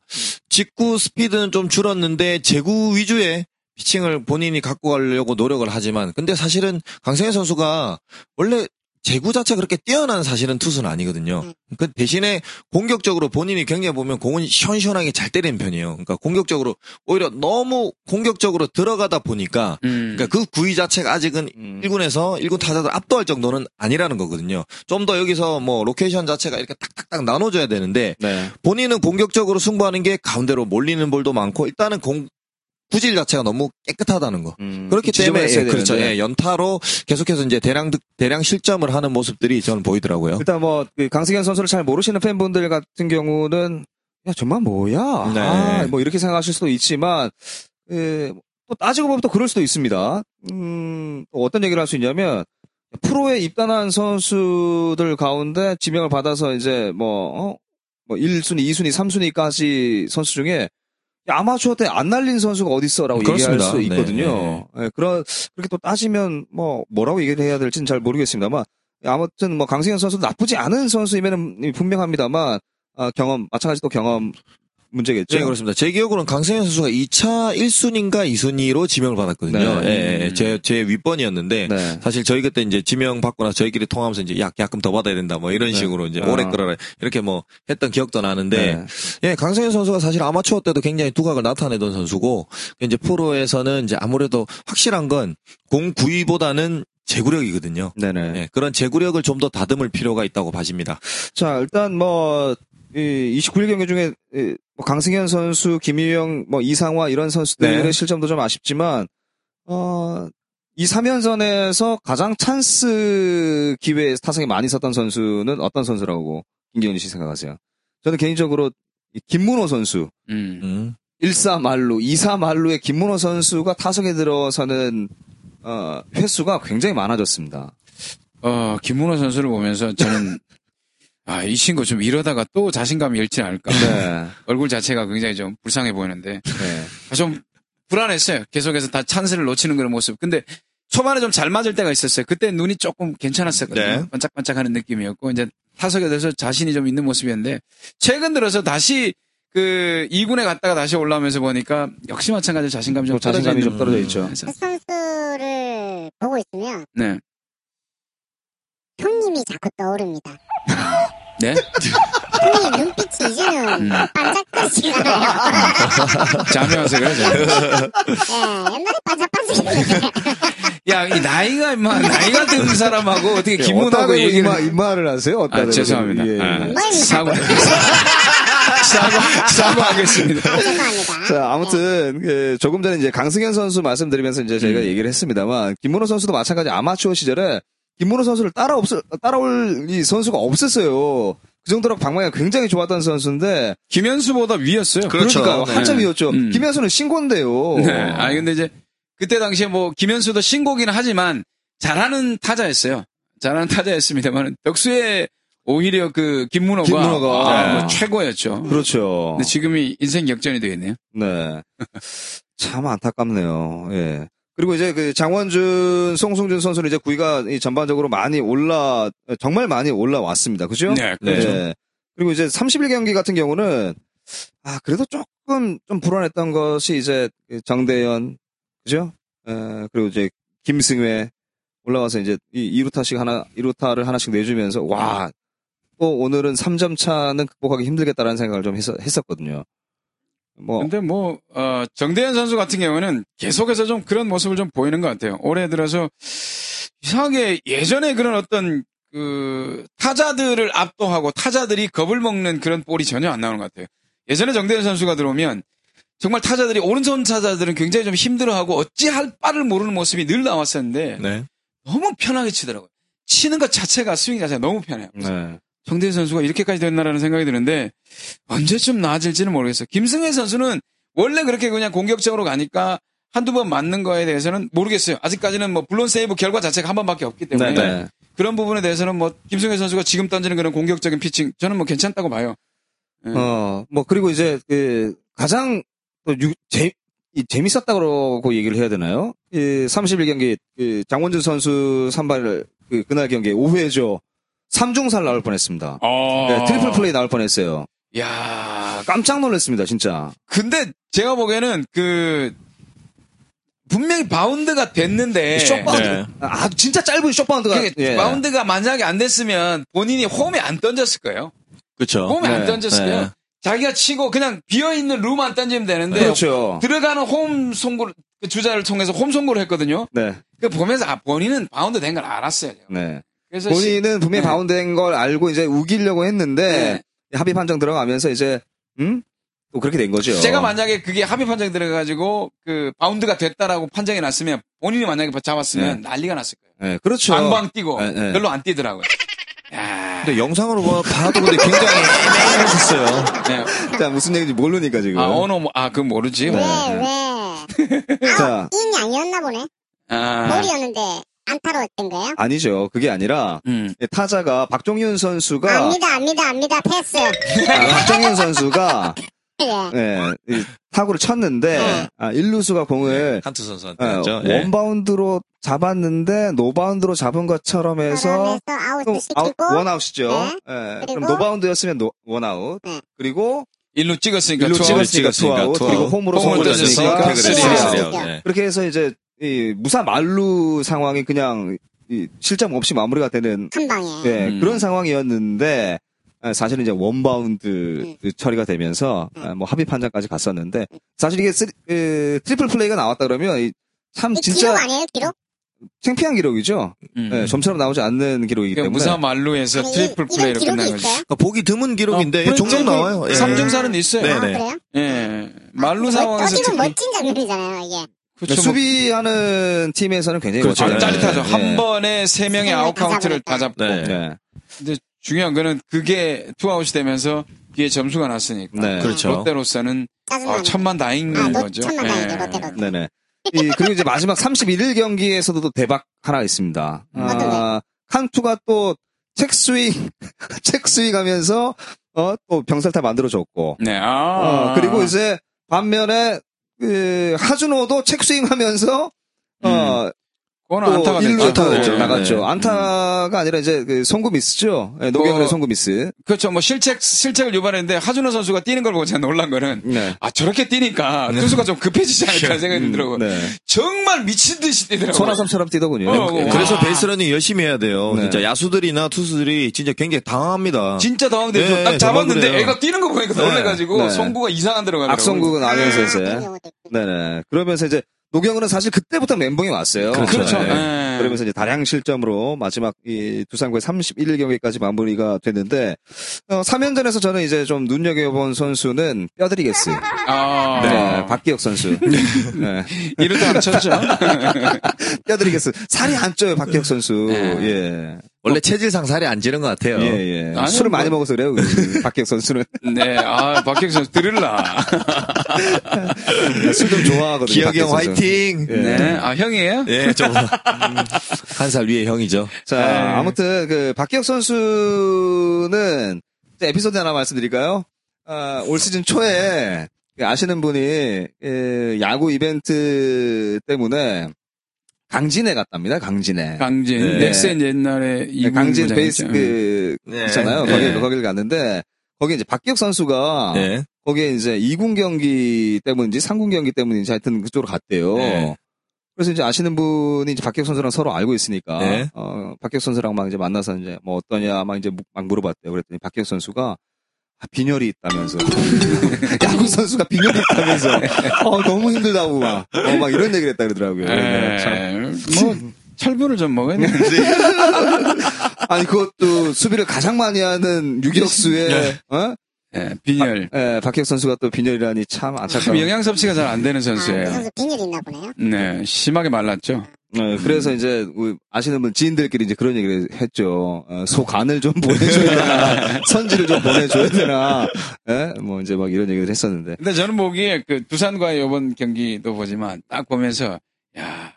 직구 스피드는 좀 줄었는데 제구 위주의 피칭을 본인이 갖고 가려고 노력을 하지만 근데 사실은 강승현 선수가 원래 제구 자체 그렇게 뛰어난 사실은 투수는 아니거든요.
음.
그 대신에 공격적으로 본인이 굉장히 보면 공은 시원시원하게 잘 때리는 편이에요. 그러니까 공격적으로 오히려 너무 공격적으로 들어가다 보니까
음.
그러니까 그 구위 자체가 아직은
음.
1군에서 1군 타자들 압도할 정도는 아니라는 거거든요. 좀 더 여기서 뭐 로케이션 자체가 이렇게 딱딱딱 나눠줘야 되는데
네.
본인은 공격적으로 승부하는 게 가운데로 몰리는 볼도 많고 일단은 공 구질 자체가 너무 깨끗하다는 거.
음,
그렇기 때문에
지저분했어야
예, 그렇죠.
되는데.
예, 연타로 계속해서 이제 대량 득- 대량 실점을 하는 모습들이 저는 보이더라고요.
일단 뭐, 그 강승현 선수를 잘 모르시는 팬분들 같은 경우는, 야, 정말 뭐야?
네.
아, 뭐, 이렇게 생각하실 수도 있지만, 예, 또 따지고 보면 또 그럴 수도 있습니다. 음, 또 어떤 얘기를 할 수 있냐면, 프로에 입단한 선수들 가운데 지명을 받아서 이제 뭐, 어? 뭐 1순위, 2순위, 3순위까지 선수 중에 야, 아마추어 때 안 날린 선수가 어딨어라고 얘기할
그렇습니다.
수
네,
있거든요. 예, 그런, 그렇게 또 따지면 뭐, 뭐라고 얘기를 해야 될지는 잘 모르겠습니다만, 아무튼 뭐 강승현 선수도 나쁘지 않은 선수이면 분명합니다만, 아, 경험, 마찬가지 또 경험 문제겠죠.
네, 그렇습니다. 제 기억으로는 강승현 선수가 2차 1순위인가 2순위로 지명을 받았거든요.
네.
예, 예, 예. 제, 제 윗번이었는데
네.
사실 저희 그때 이제 지명 받고 나서 저희끼리 통하면서 이제 약, 약금 더 받아야 된다 뭐 이런
네.
식으로 이제
아.
오래 끌어라 이렇게 뭐 했던 기억도
네.
나는데 예, 강성현 선수가 사실 아마추어 때도 굉장히 두각을 나타내던 선수고 이제 프로에서는 이제 아무래도 확실한 건 공 구위보다는 제구력이거든요.
네. 네네.
예, 그런 제구력을 좀 더 다듬을 필요가 있다고 봐집니다.
자, 일단 뭐, 이 29일 경기 중에 이, 뭐 강승현 선수, 김유영, 뭐 이상화 이런 선수들의
네.
실점도 좀 아쉽지만, 어, 이 3연전에서 가장 찬스 기회에 타석에 많이 섰던 선수는 어떤 선수라고 김기훈 씨 생각하세요? 저는 개인적으로 이 김문호 선수,
음.
음.
1사말루, 2사말루의 김문호 선수가 타석에 들어서는 어, 횟수가 굉장히 많아졌습니다.
어, 김문호 선수를 보면서 저는 아, 이 친구 좀 이러다가 또 자신감이 잃지 않을까.
네.
얼굴 자체가 굉장히 좀 불쌍해 보이는데
네.
좀 불안했어요. 계속해서 다 찬스를 놓치는 그런 모습. 근데 초반에 좀 잘 맞을 때가 있었어요. 그때 눈이 조금 괜찮았었거든요.
네.
반짝반짝하는 느낌이었고 이제 타석에 대해서 자신이 좀 있는 모습이었는데 최근 들어서 다시 그 2군에 갔다가 다시 올라오면서 보니까 역시 마찬가지로 자신감이 좀
좀 자신감이
떨어지는
좀 떨어져 있죠.
그래서,
그 선수를 보고 있으면
네.
형님이 자꾸 떠오릅니다.
네?
형님 눈빛이 이제는
음.
반짝거리지 않아요.
잠이 와서 그래, 잠이 와서.
예, 옛날에 반짝반짝했는데.
야, 이 나이가, 임마, 나이가 든 사람하고 네, 어떻게
김문하고
기분하고 얘기를.
입마, 입마를 하세요?
아,
어떤
죄송합니다.
예, 예.
아, 사과. 사과, 사과하겠습니다.
죄송합니다.
자, 아무튼 그 조금 전에 이제 강승현 선수 말씀드리면서 이제 저희가
음.
얘기를 했습니다만 김문호 선수도 마찬가지 아마추어 시절에 김문호 선수를 따라 없 따라올 이 선수가 없었어요. 그 정도로 방망이가 굉장히 좋았던 선수인데
김현수보다 위였어요.
그렇죠.
그러니까
네.
한참 이었죠.
음.
김현수는 신고인데요.
네. 아 근데 이제 그때 당시에 뭐 김현수도 신곡이긴 하지만 잘하는 타자였어요. 잘하는 타자였습니다만 덕수의 오히려 그 김문호가,
김문호가.
아,
네.
뭐 최고였죠.
그렇죠.
근데 지금이 인생 역전이 되겠네요.
네. 참 안타깝네요. 예. 그리고 이제 그 장원준, 송승준 선수는 이제 구위가 이 전반적으로 많이 올라 정말 많이 올라왔습니다. 그죠?
네, 그렇죠.
네. 그리고 이제 31경기 같은 경우는 아 그래도 조금 좀 불안했던 것이 이제 정대현 그죠? 에, 그리고 이제 김승회 올라와서 이제 이 이루타씩 하나 이루타를 하나씩 내주면서 와 또 오늘은 3점 차는 극복하기 힘들겠다라는 생각을 좀 했었, 했었거든요. 뭐
근데 뭐 어, 정대현 선수 같은 경우는 계속해서 좀 그런 모습을 좀 보이는 것 같아요. 올해 들어서 이상하게 예전에 그런 어떤 그 타자들을 압도하고 타자들이 겁을 먹는 그런 볼이 전혀 안 나오는 것 같아요. 예전에 정대현 선수가 들어오면 정말 타자들이 오른손 타자들은 굉장히 좀 힘들어하고 어찌할 바를 모르는 모습이 늘 나왔었는데
네.
너무 편하게 치더라고요. 치는 것 자체가 스윙 자체가 너무 편해요.
네.
정대현 선수가 이렇게까지 됐나라는 생각이 드는데 언제쯤 나아질지는 모르겠어요. 김승현 선수는 원래 그렇게 그냥 공격적으로 가니까 한두 번 맞는 거에 대해서는 모르겠어요. 아직까지는 뭐 물론 세이브 결과 자체가 한 번밖에 없기 때문에
네.
그런 부분에 대해서는 뭐 김승현 선수가 지금 던지는 그런 공격적인 피칭 저는 뭐 괜찮다고 봐요. 네.
어, 뭐, 그리고 이제, 그, 가장, 또 유, 재, 이, 재밌었다고 얘기를 해야 되나요? 이 31경기, 그, 장원준 선수 선발을, 그, 그날 경기에 5회죠. 3중살 나올 뻔 했습니다.
아.
네, 트리플 플레이 나올 뻔 했어요.
야,
깜짝 놀랐습니다, 진짜.
근데 제가 보기에는 그 분명히 바운드가 됐는데
쇼파운드.
네.
아, 진짜 짧은 쇼파운드가. 예.
그게 바운드가 만약에 안 됐으면 본인이 홈에 안 던졌을 거예요.
그렇죠.
홈에
네,
안 던졌을
네.
거예요. 자기가 치고 그냥 비어 있는 룸만 던지면 되는데
그렇죠.
들어가는 홈 송구 그 주자를 통해서 홈 송구를 했거든요.
네,
그 보면서 아 본인은 바운드 된 걸 알았어요. 제가.
네.
그래서 시-
본인은 분명히
네.
바운드인 걸 알고 이제 우기려고 했는데, 합의 판정 들어가면서 이제, 음? 또 그렇게 된 거죠.
제가 만약에 그게 합의 판정이 들어가가지고 그 바운드가 됐다라고 판정이 났으면 본인이 만약에 잡았으면 난리가 났을 거예요.
네, 그렇죠.
방방 뛰고
네, 네.
별로 안 뛰더라고요. 야,
근데 영상으로
뭐
봐- 봐도 근데 굉장히 애매하셨어요.
네.
자, 무슨 얘기인지 모르니까 지금.
아 언어 뭐- 아 그건 모르지.
왜,
네.
왜.
자,
인양이었나 보네.
아,
볼이었는데 안타로 된 거예요?
아니죠. 그게 아니라
음.
예, 타자가 박종윤 선수가
압니다, 압니다, 압니다. 패스. 네.
아, 박종윤 선수가
예.
예, 이 타구를
네.
쳤는데 아, 일루수가 공을
네. 칸트 선수한테
예,
그렇죠.
했죠. 예.
원바운드로 잡았는데 노바운드로 잡은 것처럼
그래서
해서 또
아웃
아웃,
시키고
원아웃이죠.
네.
예,
그리고
그럼 노바운드였으면 노- 원아웃.
네.
그리고
일로 찍었으니까
일루
투아웃.
찍었- 투아웃, 그리고
그러니까 투아웃.
홈으로
홈으로 던졌으니까
던졌으니까
쓰리
쓰리
아웃.
아웃. 네.
그렇게 해서 이제 이 무사 말루 상황이 그냥 이 실점 없이 마무리가 되는
한 방에.
예,
음.
그런 상황이었는데 아, 사실은 이제 원바운드 처리가 되면서
음.
아, 뭐 합의 판정까지 갔었는데 사실 이게 쓰리, 에, 트리플 플레이가 나왔다 그러면 이참
이
진짜
기록 아니에요, 기록?
창피한 기록이죠.
음.
예, 점처럼 나오지 않는 기록이기
그러니까
때문에
무사 말루에서
아니,
트리플
이-
플레이로 끝난
이런 기록이
거죠.
있어요?
그러니까 보기 드문 기록인데
어,
종종
프랜차이즈
나와요. 예.
삼중사는 있어요.
네.
아,
네네.
그래요?
예. 말루
아,
상황에서
어찌
특히
보면 멋진 장면이잖아요, 이게.
그렇죠.
그러니까 수비하는 팀에서는 굉장히
그렇죠.
아,
멋져요.
짜릿하죠.
예.
한 번에 세 명의
세 명을
아웃
다
카운트를 다 잡고.
네.
네.
근데 중요한 거는 그게 투아웃이 되면서 뒤에 점수가 났으니까.
네.
그렇죠.
롯데로서는
짜증나는.
아, 천만 다행인
아, 롯-
거죠.
천만 다행이죠, 롯데로서.
네. 네. 이, 그리고 이제 마지막 31일 경기에서도 또 대박 하나 있습니다.
음.
아, 칸투가 또 책스윙 책스윙 하면서 어 또 병살타 만들어줬고
네.
어,
아.
그리고 이제 반면에 그 하준호도 책스윙 하면서 어
그건
또
음. 안타가
일루
됐죠.
안타가
안타가
됐죠.
나갔죠.
네.
안타가 아니라 이제 그 송구 미스죠. 네,
어,
노경현의 송구 미스.
그렇죠. 뭐 실책 실책을 유발했는데 하준호 선수가 뛰는 걸 보고 제가 놀란 거는
네.
아 저렇게 뛰니까 투수가 좀 급해지지 않을까 생각이 들더라고. 요
네.
정말 미친 듯이 뛰더라고.
손아섭처럼 뛰더군요.
어, 어, 와.
그래서 베이스러닝 열심히 해야 돼요.
네.
진짜 야수들이나 투수들이 진짜 굉장히 당황합니다.
진짜 당황돼서
네,
딱 잡았는데
정말 그래요.
애가 뛰는 거 보니까
네,
놀래가지고
네.
송구가 이상한 데로 가더라고.
악성구가
네,
나면서 이제
경우도 있고.
네네. 그러면서 이제 노경은은 사실 그때부터 멘붕이 왔어요.
그렇죠.
네.
네.
그러면서 이제 다량 실점으로 마지막 이 두산과의 31일 경기까지 마무리가 됐는데 어, 3연전에서 저는 이제 좀 눈여겨본 선수는 뼈드리겠스.
아,
네. 박기혁 선수. 네.
이렇다 안 쳤죠.
뼈드리겠스. 살이 안 쪄요 박기혁 선수.
네.
원래 체질상 살이 안 찌는 것 같아요.
예. 예, 예.
아니,
술을
뭐-
많이 먹어서 그래요. 그 박기혁 선수는
네, 아 박혁 선수 들을라.
술 좀 좋아하거든요.
기혁이
박기혁
형
선수.
화이팅!
예.
네, 아 형이에요?
예, 좀. 한살 위에 형이죠.
자,
네.
아무튼 그 박기혁 선수는 이제 에피소드 하나 말씀드릴까요? 아, 올 시즌 초에 그 아시는 분이 예, 야구 이벤트 때문에 강진에 갔답니다. 강진에.
강진,
네.
넥센 옛날에
네,
이분
강진
부장이었죠.
베이스 그 있잖아요.
네.
거기 거기를 갔는데 거기 이제 박기혁 선수가
네.
예.
거기에 이제 2군 경기 때문인지 3군 경기 때문인지 하여튼 그쪽으로 갔대요.
네.
그래서 이제 아시는 분이 이제 박혁 선수랑 서로 알고 있으니까
네.
어, 박혁 선수랑 막 이제 만나서 이제 뭐 어떠냐 막 이제 무- 막 물어봤대요. 그랬더니 박혁 선수가 아, 빈혈이 있다면서 야구 선수가 빈혈이 있다면서 어, 너무 힘들다고 막, 어, 막 이런 얘기를 했다 그러더라고요. 그러니까
네,
참.
뭐 철분을 좀 먹어야 돼.
아니 그것도 수비를 가장 많이 하는 유격수의 어?
네, 빈혈.
예, 박혁 선수가 또 빈혈이라니 참
참
안타까운
영양 섭취가 잘 안 되는
아, 그
선수예요.
선수 빈혈이 있나 보네요.
네, 심하게 말랐죠.
네,
음.
그래서 이제 우리 아시는 분 지인들끼리 이제 그런 얘기를 했죠. 어, 소간을 좀 보내줘야 되나, 선지를 좀 보내줘야 되나, 예? 뭐 이제 막 이런 얘기를 했었는데.
근데 저는 보기에 그 두산과의 이번 경기도 보지만 딱 보면서 야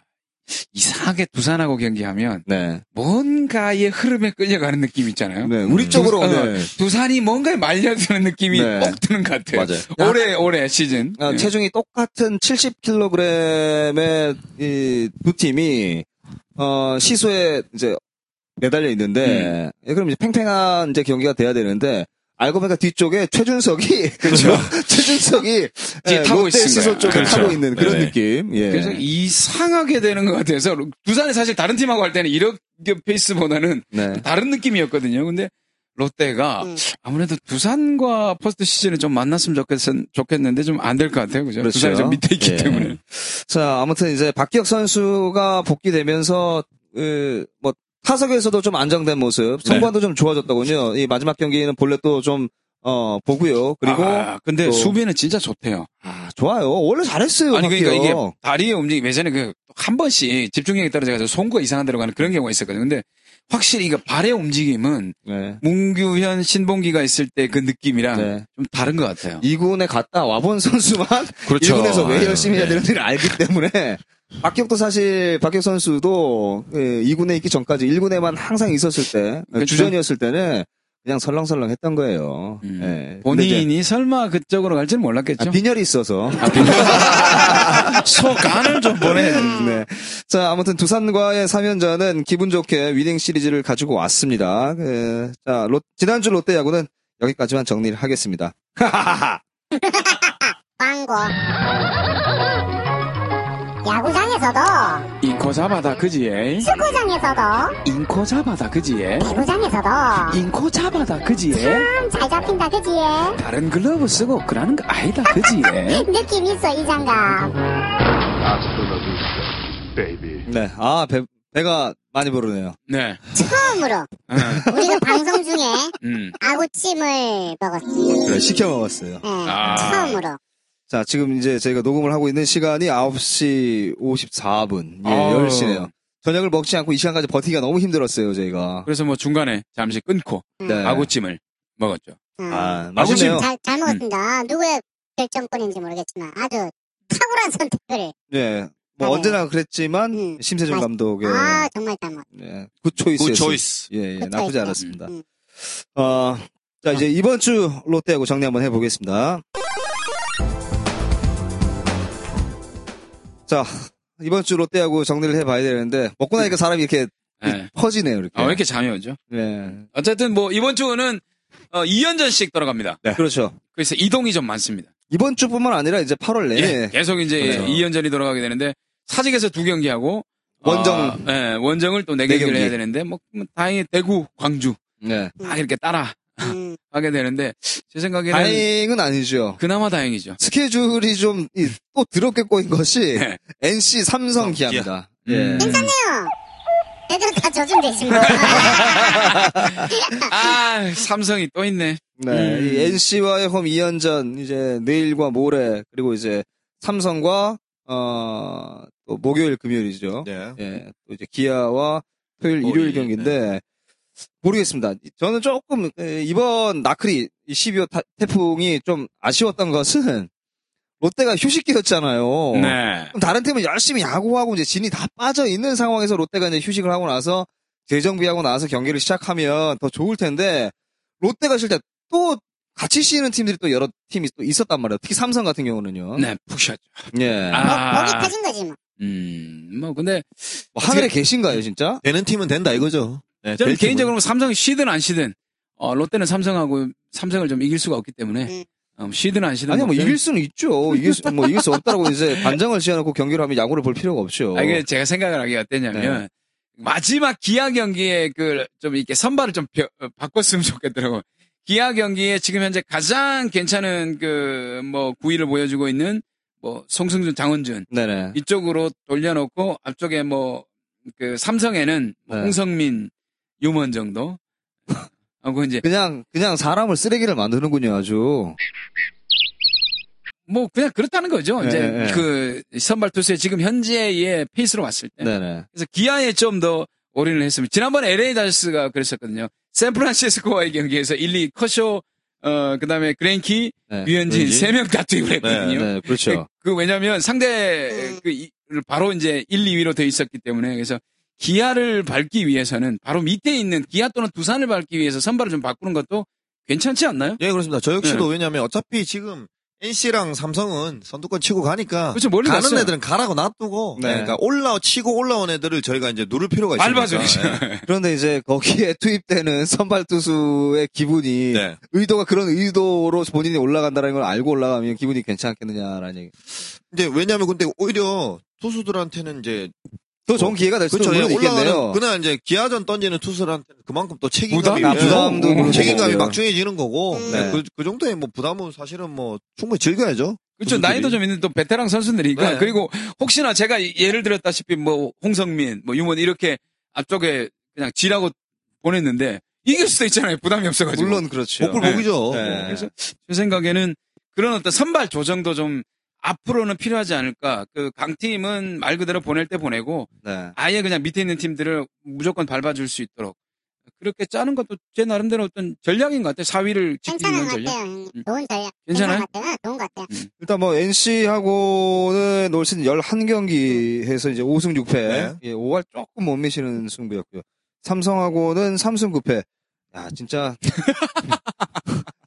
이상하게 두산하고 경기하면
네,
뭔가의 흐름에 끌려가는 느낌 있잖아요.
네, 우리
음.
쪽으로
두-
오늘
두산이 뭔가에 말려드는 느낌이
네.
꼭 드는 것 같아요.
맞아요.
올해 올해 시즌.
아,
네.
체중이 똑같은 70kg의 이두 팀이 어, 시소에 이제 매달려
음.
있는데 예, 그럼 이제 팽팽한 이제 경기가 돼야 되는데 알고 보니까 뒤쪽에 최준석이 최준석이
이제
예,
그렇죠. 타고
롯데
있는
시소
거야.
쪽을
그렇죠.
타고 있는 그런
네네.
느낌. 예.
그래서 이상하게 되는 것 같아서 두산이 사실 다른 팀하고 할 때는 이렇게 페이스보다는
네.
다른 느낌이었거든요. 근데 롯데가
음.
아무래도 두산과 퍼스트 시즌에 좀 만났으면 좋겠, 는데 좀 안 될 것 같아요. 그죠?
그렇죠.
두산이 좀 밑에 있기
예.
때문에.
자, 아무튼 이제 박기혁 선수가 복귀되면서 그, 뭐 타석에서도 좀 안정된 모습,
네.
성반도 좀 좋아졌더군요. 이 마지막 경기는 본래 또 좀 어, 보고요. 그리고
아, 근데
또-
수비는 진짜 좋대요.
아, 좋아요. 원래 잘했어요.
아니 그러니까 이게
박기혁.
다리의 움직임 예전에 그 한 번씩 집중력에 따라 제가 송구가 이상한 데로 가는 그런 경우가 있었거든요. 근데 확실히 이거 발의 움직임은
네.
문규현 신봉기가 있을 때 그 느낌이랑
네.
좀 다른 것 같아요.
2군에 갔다 와본 선수만
그렇죠.
1군에서 왜
네.
아유,
열심히 해야
예.
되는지를 알기 때문에 박기혁도 사실 박기혁 선수도 예, 2군에 있기 전까지 1군에만 항상 있었을 때
그렇죠.
주전이었을 때는 그냥 설렁설렁 했던 거예요.
음.
예. 근데 이제
본인이 설마 그쪽으로 갈지는 몰랐겠죠. 아,
아, 빈혈이 있어서.
소 간을 좀 보내.
네. 자, 아무튼 두산과의 3연전은 기분 좋게 위닝 시리즈를 가지고 왔습니다. 그, 자, 롯- 지난주 롯데 야구는 여기까지만 정리를 하겠습니다.
광고. 야구장에서도,
인코 잡아다 그지에.
축구장에서도,
인코 잡아다 그지에.
배구장에서도,
인코 잡아다 그지에.
참 잘 잡힌다, 그지에?
다른 글러브 쓰고 그러는 거 아니다 그지에.
느낌 있어, 이 장갑.
Hasta la vista, baby.
네. 아, 배, 배가 많이 부르네요.
네.
처음으로, 우리는 방송 중에
음.
아구찜을 먹었습니다.
그래, 시켜 먹었어요.
예,
아.
처음으로.
자, 지금 이제 저희가 녹음을 하고 있는 시간이 9시 54분. 예,
아유.
10시네요. 저녁을 먹지 않고 이 시간까지 버티기가 너무 힘들었어요, 저희가.
그래서 뭐 중간에 잠시 끊고
네.
아구찜을 먹었죠.
음.
아,
아구찜.
맛있네요.
잘, 잘 먹었습니다. 누구의 결정권인지 모르겠지만 아주 탁월한 선택을
예.
따라와.
언제나 그랬지만
음.
심세준
네.
감독의
아, 정말 따라.
예, 굿 초이스.
굿 초이스.
예, 예,
굿
나쁘지
초이스.
않았습니다.
음.
어, 자 이제 이번 주 롯데하고 정리 한번 해보겠습니다. 자 이번 주 롯데하고 정리를 해봐야 되는데 먹고 나니까 사람이 이렇게
예.
퍼지네요 이렇게.
아, 왜 이렇게 잠이 오죠?
예.
어쨌든 뭐 이번 주는 어, 2연전씩 돌아갑니다.
그렇죠.
그래서 이동이 좀 많습니다.
이번 주뿐만 아니라 이제 8월 내에
예, 계속 이제
네. 그렇죠.
이 2연전이 돌아가게 되는데 사직에서 두 경기하고
원정.
아, 예, 원정을 또 네
네
경기를
경기.
해야 되는데 뭐, 뭐 다행히 대구, 광주
예.
다 이렇게 따라
음.
하게 되는데 제 생각에는
다행은 아니죠.
그나마 다행이죠.
스케줄이 좀 또 더럽게 꼬인 것이
네.
NC 삼성
기아.
기아입니다. 예.
음.
괜찮네요. 애들 다 져준 되지 뭐.
아 삼성이 또 있네.
네,
음.
이 NC와의 홈 2연전 이제 내일과 모레 그리고 이제 삼성과 어또 목요일 금요일이죠.
네.
예, 또 이제 기아와 토요일
토요일,
일요일 경기인데
네.
모르겠습니다. 저는 조금 에, 이번 나크리 이 12호 타- 태풍이 좀 아쉬웠던 것은 롯데가 휴식기였잖아요.
네.
그럼 다른 팀은 열심히 야구하고 이제 진이 다 빠져 있는 상황에서 롯데가 이제 휴식을 하고 나서 재정비하고 나서 경기를 시작하면 더 좋을 텐데 롯데가 실때 또 같이 쉬는 팀들이 또 여러 팀이 또 있었단 말이에요. 특히 삼성 같은 경우는요.
네, 푹 쉬었죠.
예.
거기
아,
터진 거지 뭐.
음, 뭐, 근데,
뭐 하늘에 계신가요, 진짜?
되는 팀은 된다 이거죠. 네,
저는
될 팀은.
개인적으로 삼성이 쉬든 안 쉬든, 어, 롯데는 삼성하고, 삼성을 좀 이길 수가 없기 때문에, 어, 쉬든 안 쉬든.
아니 뭐
별-
이길 수는 있죠. 이길 수, 뭐 이길 수 없다라고 이제 반장을 지어놓고 경기를 하면 야구를 볼 필요가 없죠.
아, 이게 제가 생각을 하기가 어땠냐면,
네.
마지막 기아 경기에 그, 좀 이렇게 선발을 좀 벼- 어, 바꿨으면 좋겠더라고. 기아 경기에 지금 현재 가장 괜찮은 그, 뭐, 구위를 보여주고 있는, 뭐, 송승준, 장원준.
네네.
이쪽으로 돌려놓고, 앞쪽에 뭐, 그, 삼성에는 뭐
네.
홍성민, 유먼 정도. 하고 이제,
그냥 그냥 사람을 쓰레기를 만드는군요, 아주.
뭐, 그냥 그렇다는 거죠. 이제,
네, 네.
그, 선발 투수의 지금 현재의 페이스로 왔을 때.
네네.
그래서 기아에 좀 더 올인을 했습니다. 지난번 LA 다저스가 그랬었거든요. 샌프란시스코와의 경기에서 1, 2 커쇼 어 그다음에 그랜키,
네.
류현진
류현진.
세 명 다 투입을 했거든요.
네,
그,
그렇죠.
그 왜냐면 상대 그 이- 바로 이제 1, 2위로 돼 있었기 때문에 그래서 기아를 밟기 위해서는 바로 밑에 있는 기아 또는 두산을 밟기 위해서 선발을 좀 바꾸는 것도 괜찮지 않나요?
예, 그렇습니다. 저 역시도 왜냐면 어차피 지금 NC랑 삼성은 선두권 치고 가니까
그렇죠, 멀리
가는
갔어요.
애들은 가라고 놔두고
네.
네, 그러니까 올라 치고 올라온 애들을 저희가 이제 누를 필요가 있습니다.
밟아줘.
그런데 이제 거기에 투입되는 선발 투수의 기분이
네.
의도가 그런 의도로 본인이 올라간다는 걸 알고 올라가면 기분이 괜찮겠느냐라는 얘기.
이제 왜냐면 근데 오히려 투수들한테는 이제
더 좋은 기회가 될 수도
그렇죠.
물론
올라가는
있겠네요.
그날 이제 기아전 던지는 투수들한테는 그만큼 또 책임감이
부담?
아,
예,
부담도
음,
그렇고.
책임감이
네.
막중해지는 거고
음.
네, 그, 그 정도의 뭐 부담은 사실은 뭐 충분히 즐겨야죠.
그렇죠. 나이도 좀 있는 또 베테랑 선수들이니까.
네.
그리고 혹시나 제가 예를 들었다시피 뭐 홍성민, 뭐 유문 이렇게 앞쪽에 그냥 지라고 보냈는데 이길 수도 있잖아요. 부담이 없어가지고. 어,
물론 그렇죠.
목불 목이죠.
예.
네.
그래서 제 생각에는 그런 어떤 선발 조정도 좀 앞으로는 필요하지 않을까. 그 강팀은 말 그대로 보낼 때 보내고
네.
아예 그냥 밑에 있는 팀들을 무조건 밟아줄 수 있도록 그렇게 짜는 것도 제 나름대로 어떤 전략인 것 같아요. 4위를
괜찮은
지키는
것
전략.
같아요, 형님.
음.
좋은 전략.
괜찮아요?
괜찮은 것 같아요. 좋은 것 같아요.
일단 뭐 NC하고는 올 시즌 11경기 해서 이제 5승 6패.
음. 네.
예, 5할 조금 못 미치는 승부였고요. 삼성하고는 3승 9패. 야, 진짜.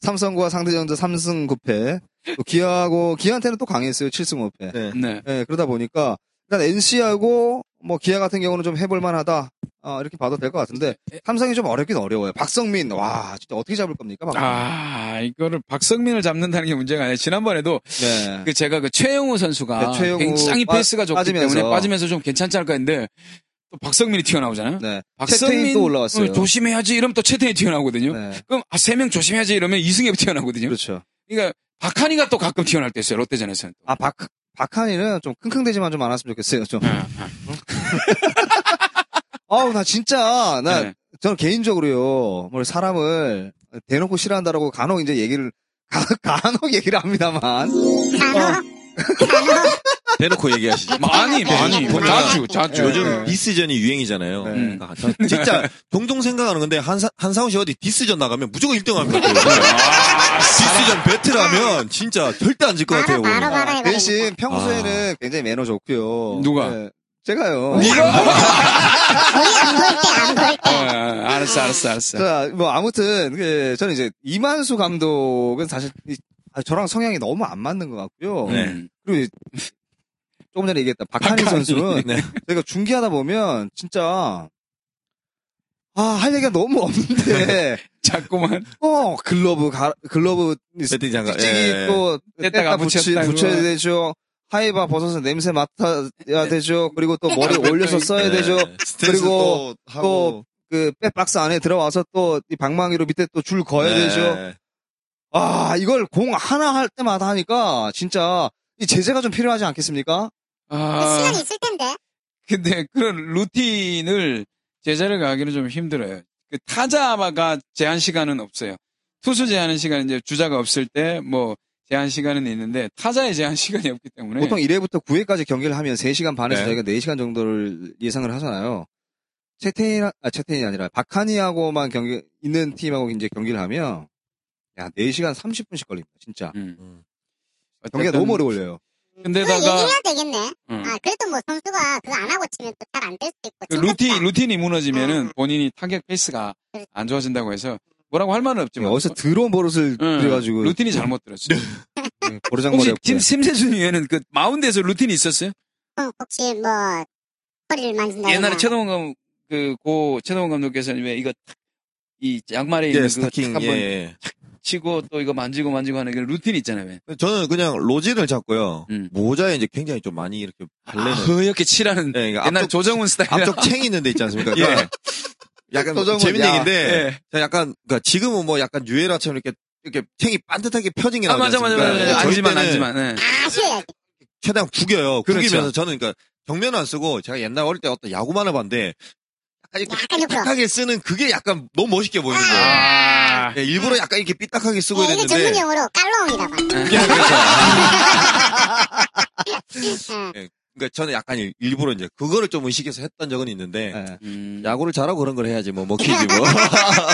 삼성과 상대전자 3승 9패. 또 기아하고 기아한테는 또 강했어요. 7승 5패.
네.
네.
예, 그러다 보니까 일단 NC하고 뭐 기아 같은 경우는 좀 해볼 만하다. 아, 이렇게 봐도 될 것 같은데
예.
삼성이 좀 어렵긴 어려워요. 박성민 와, 진짜 어떻게 잡을 겁니까? 박성민.
아, 이거를 박성민을 잡는다는 게 문제가 아니라 지난번에도
네.
그 제가 그 최영우 선수가
네, 최영우
굉장히
빠-
페이스가 좋기
빠지면서.
때문에 빠지면서 좀 괜찮지 않을까 했는데 또 박성민이 튀어나오잖아요.
네.
박성민
채태인 또 올라왔어요.
어, 조심해야지 이러면 또 최태이 튀어나오거든요.
네.
그럼 아, 세 명 조심해야지 이러면 이승엽 튀어나오거든요.
그렇죠.
그러니까 박한이가 또 가끔 튀어나올 때 있어요. 롯데전에서는.
아, 박, 박한이는 좀 킁킁대지만 좀 않았으면 좋겠어요, 좀.
네.
아우, 나 진짜, 나,
네.
저는 개인적으로요, 뭘 사람을 대놓고 싫어한다라고 간혹
어.
이제 얘기를, 간- 간혹 얘기를 합니다만,
간호? 간호?
대놓고 얘기하시죠.
뭐 많이
네.
많이
보면
자주 자주
요즘 디스전이 유행이잖아요.
네.
아, 저 진짜 종종 생각하는 건데 한사, 한상우 씨 어디 디스전 나가면 무조건 1등 합니다. 그
네.
디스전 배틀하면 진짜 절대 안 질 것 같아요.
바로 바로 바로 해버리니까.
대신 평소에는 굉장히 매너 좋고요.
누가?
네. 제가요.
어, 알았어 알았어 알았어
자, 뭐 아무튼 그 저는 이제 이만수 감독은 사실 이- 아, 저랑 성향이 너무 안 맞는 것 같고요.
네.
음.
그리고 이- 조금 전에 얘기했던 박한희 선수는
네.
저희가 중계하다 보면 진짜 아 할 얘기가 너무 없는데
자꾸만
어 글러브 가, 글러브
배팅 장갑.
찍찍이 또
뗐다가
예, 뗐다 붙이,
붙였다가.
붙여야 되죠. 하이바 벗어서 냄새 맡아야 되죠. 그리고 또 머리 올려서 써야 되죠.
예. 스트레스
그리고
또
또
하고.
그 백박스 안에 들어와서 또 이 방망이로 밑에 또 줄 거야
네.
되죠. 아 이걸 공 하나 할 때마다 하니까 진짜 이 제재가 좀 필요하지 않겠습니까?
아
그 시간이 있을 텐데.
근데 그런 루틴을 제자를 가기는 좀 힘들어요 그 타자가 제한 시간은 없어요 투수 제한 시간 이제 주자가 없을 때 뭐 제한 시간은 있는데 타자의 제한 시간이 없기 때문에
보통 1회부터 9회까지 경기를 하면 3시간 반에서
네.
저희가 4시간 정도를 예상을 하잖아요. 채태인 아 채태인이 아니라 박한이하고만 경기 있는 팀하고 이제 경기를 하면 야 4시간 30분씩 걸립니다. 진짜
음.
음.
경기가
어쨌든
너무 오래 걸려요.
그거
근데다가
얘기해야 되겠네.
음.
아 그래도 뭐 선수가 그거 안 하고 치면 또 잘 안 될 수도 있고.
그 루틴 루틴이 무너지면은 본인이 타격 페이스가 안 좋아진다고 해서 뭐라고 할 말은 없지만
예, 어디서 드러운 버릇을
응,
들여가지고
음.
그 음,
루틴이 잘못 들었어. 요
버르장머리
혹시 팀 심세준 위에는 그 마운드에서 루틴이 있었어요?
어, 혹시 뭐 허리를 만진다.
옛날에 최동원 감, 그, 고, 최동원 감독께서는 왜 이거, 탁, 이 양말에 있는
예,
그거 탁
스타킹.
한번
예.
치고 또 이거 만지고 만지고 하는 그 루틴 있잖아요. 왜.
저는 그냥 로지를 잡고요.
음.
모자에 이제 굉장히 좀 많이 이렇게 발레는.
허옇게 칠하는
네, 그러니까
아, 옛날
앞쪽,
조정훈 스타일.
앞쪽 챙 있는 데 있지 않습니까? 그러니까 약간
조정훈,
재밌는
야.
얘기인데
예.
자, 약간 그러니까 지금은 뭐 약간 유에라처럼 이렇게 이렇게 챙이 반듯하게 펴진 게
아,
나오지
맞아, 맞아, 맞아. 맞아.
않습니까? 저희
앉지만,
때는
앉지만. 예.
아쉬워야지.
최대한 구겨요.
그렇죠.
구기면서 저는 그러니까 정면 안 쓰고 제가 옛날 어릴 때 어떤 야구만을 봤는데 약간 이렇게
약간 옆으로.
삐딱하게 쓰는 그게 약간 너무 멋있게 보이는 거예요.
아.
예, 일부러 약간 네, 이렇게 삐딱하게 쓰고
예, 이거 전문
이랬는데
용어로 깔롱이라고. 하죠.
예, 그렇죠.
예.
그러니까 저는 약간 일- 일부러 이제 그거를 좀 의식해서 했던 적은 있는데
예.
음.
야구를 잘하고 그런 걸 해야지 뭐 먹히지 뭐.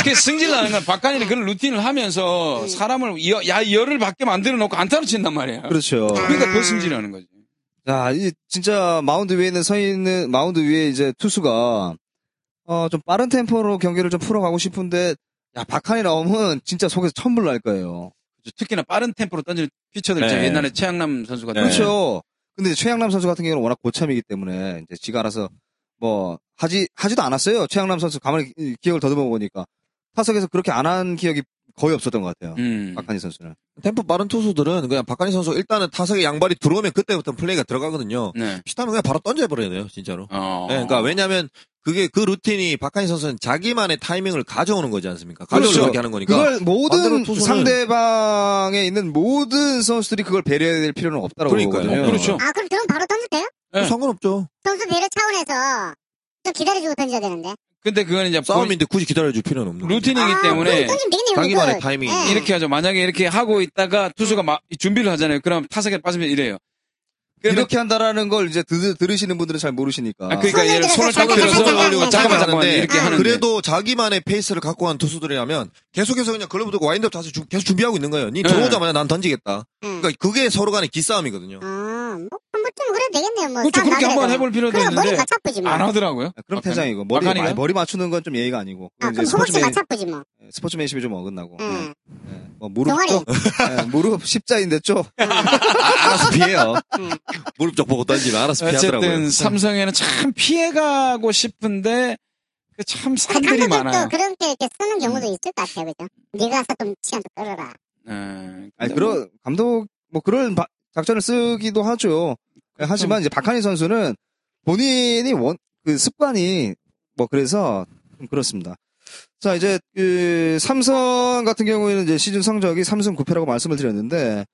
그 승질나는 건 박한이는 그런 루틴을 하면서 사람을 여, 야, 열을 받게 만들어 놓고 안타로 친단 말이야.
그렇죠.
그러니까 더 승질나는 거지.
자, 이 진짜 마운드 위에 있는 서 있는 마운드 위에 이제 투수가 어 좀 빠른 템포로 경기를 좀 풀어가고 싶은데 야 박한이 나오면 진짜 속에서 천불 날 거예요.
그렇죠. 특히나 빠른 템포로 던지는 피처들
네.
있잖아요. 옛날에 최양남 선수 같은
네.
그렇죠. 근데 최양남 선수 같은 경우는 워낙 고참이기 때문에 이제 지가 알아서 뭐 하지 하지도 않았어요. 최양남 선수 가만히 기- 기억을 더듬어 보니까 타석에서 그렇게 안 한 기억이 거의 없었던 것
그렇죠.
같아요.
음.
박한이 선수는.
템포 빠른 투수들은 그냥 박한희 선수 일단은 타석에 양발이 들어오면 그때부터 플레이가 들어가거든요.
네.
피타면 그냥 바로 던져버려야 돼요, 진짜로.
어.
네, 그러니까 왜냐면 그게 그 루틴이 박한희 선수는 자기만의 타이밍을 가져오는 거지 않습니까? 가져오려
그렇죠.
그렇게 하는 거니까.
그걸 모든
그러니까 반대로 투수는-
상대방에 있는 모든 선수들이 그걸 배려해야 될 필요는 없다라고
그러니까요.
보거든요.
그렇죠.
아 그럼 그럼 바로 던져도 돼요?
네.
상관없죠.
선수 배려 차원에서 좀 기다려주고 던져야 되는데.
근데 그건 이제
싸움인데 굳이 기다려줄 필요는 없는 거죠.
루틴이기
아,
때문에
그럼 던지면 되겠네요.
자기만의
이거.
타이밍.
예.
이렇게 하죠. 만약에 이렇게 하고 있다가 투수가 막 준비를 하잖아요. 그럼 타석에 빠지면 이래요. 그러면-
이렇게 한다라는 걸 이제 들, 들으시는 분들은 잘 모르시니까.
그러니까 아, 그러니까 얘를 손을 딱
손을
들어서
잠깐,
올리고 잠깐만
잠깐,
잠깐
잠깐만
하는데
이렇게 하는
그래도 자기만의 페이스를 갖고 한 투수들이라면 계속해서 그냥 글러브 들고 와인드업 자세 주- 계속 준비하고 있는 거예요. 니
네. 음.
들어오자마자 난 던지겠다.
예.
그러니까 그게 서로 간의 기싸움이거든요.
아, 아뭐한번쯤 그래도 되겠네요. 뭐
그렇죠. 그렇게
싸움 나더라도.
한번 해볼 필요도
그럼 머리가
있는데
차쁘지 뭐.
안 하더라고요.
아, 그럼
약간.
퇴장이고 머리
박한이가?
마- 머리 맞추는 건 좀 예의가 아니고
아,
그건
그럼
이제
허벅지가
스포츠맨
차쁘지 뭐.
스포츠맨십이 좀 어긋나고
예.
예. 예. 뭐 무릎
동아리.
쪽 예, 무릎 십자인데 쪽 아, 알아서 피해요
무릎 쪽 보고 던지면 알아서 피하더라고요.
네, 어쨌든 삼성에는 참 피해가고 싶은데 그참
아니,
산들이 많아요.
감독도 그렇게 이렇게 쓰는 경우도 있을 것 같아요, 그죠? 네가 가서 좀 시간 좀 끌어라.
예.
아니 그런 감독 뭐 그런 바- 작전을 쓰기도 하죠 예, 하지만 이제 박한희 선수는 본인이 원 그 습관이 뭐 그래서 좀 그렇습니다 자 이제 그 삼성 같은 경우에는 이제 시즌 성적이 3승 9패라고 말씀을 드렸는데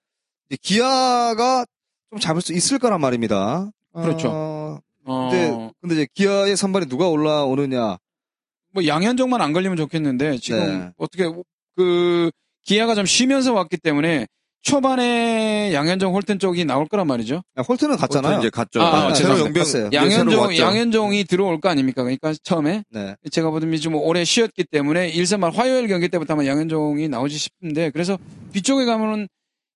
이제 기아가 좀 잡을 수 있을 거란 말입니다
그렇죠.
어,
어,
근데, 근데 이제 기아의 선발에 누가 올라오느냐.
뭐 양현종만 안 걸리면 좋겠는데 지금
네.
어떻게 그 기아가 좀 쉬면서 왔기 때문에 초반에 양현종 홀튼 쪽이 나올 거란 말이죠.
아, 홀트는 갔잖아요.
보통 이제 갔죠.
아, 아,
새로
죄송합니다.
영병
갔어요.
예, 새로
양현종
왔죠. 네.
양현종이 들어올 거 아닙니까? 그러니까 처음에
네.
제가 보더니 좀 오래 쉬었기 때문에 일선말 화요일 경기 때부터 아마 양현종이 나오지 싶은데 그래서 뒤쪽에 가면은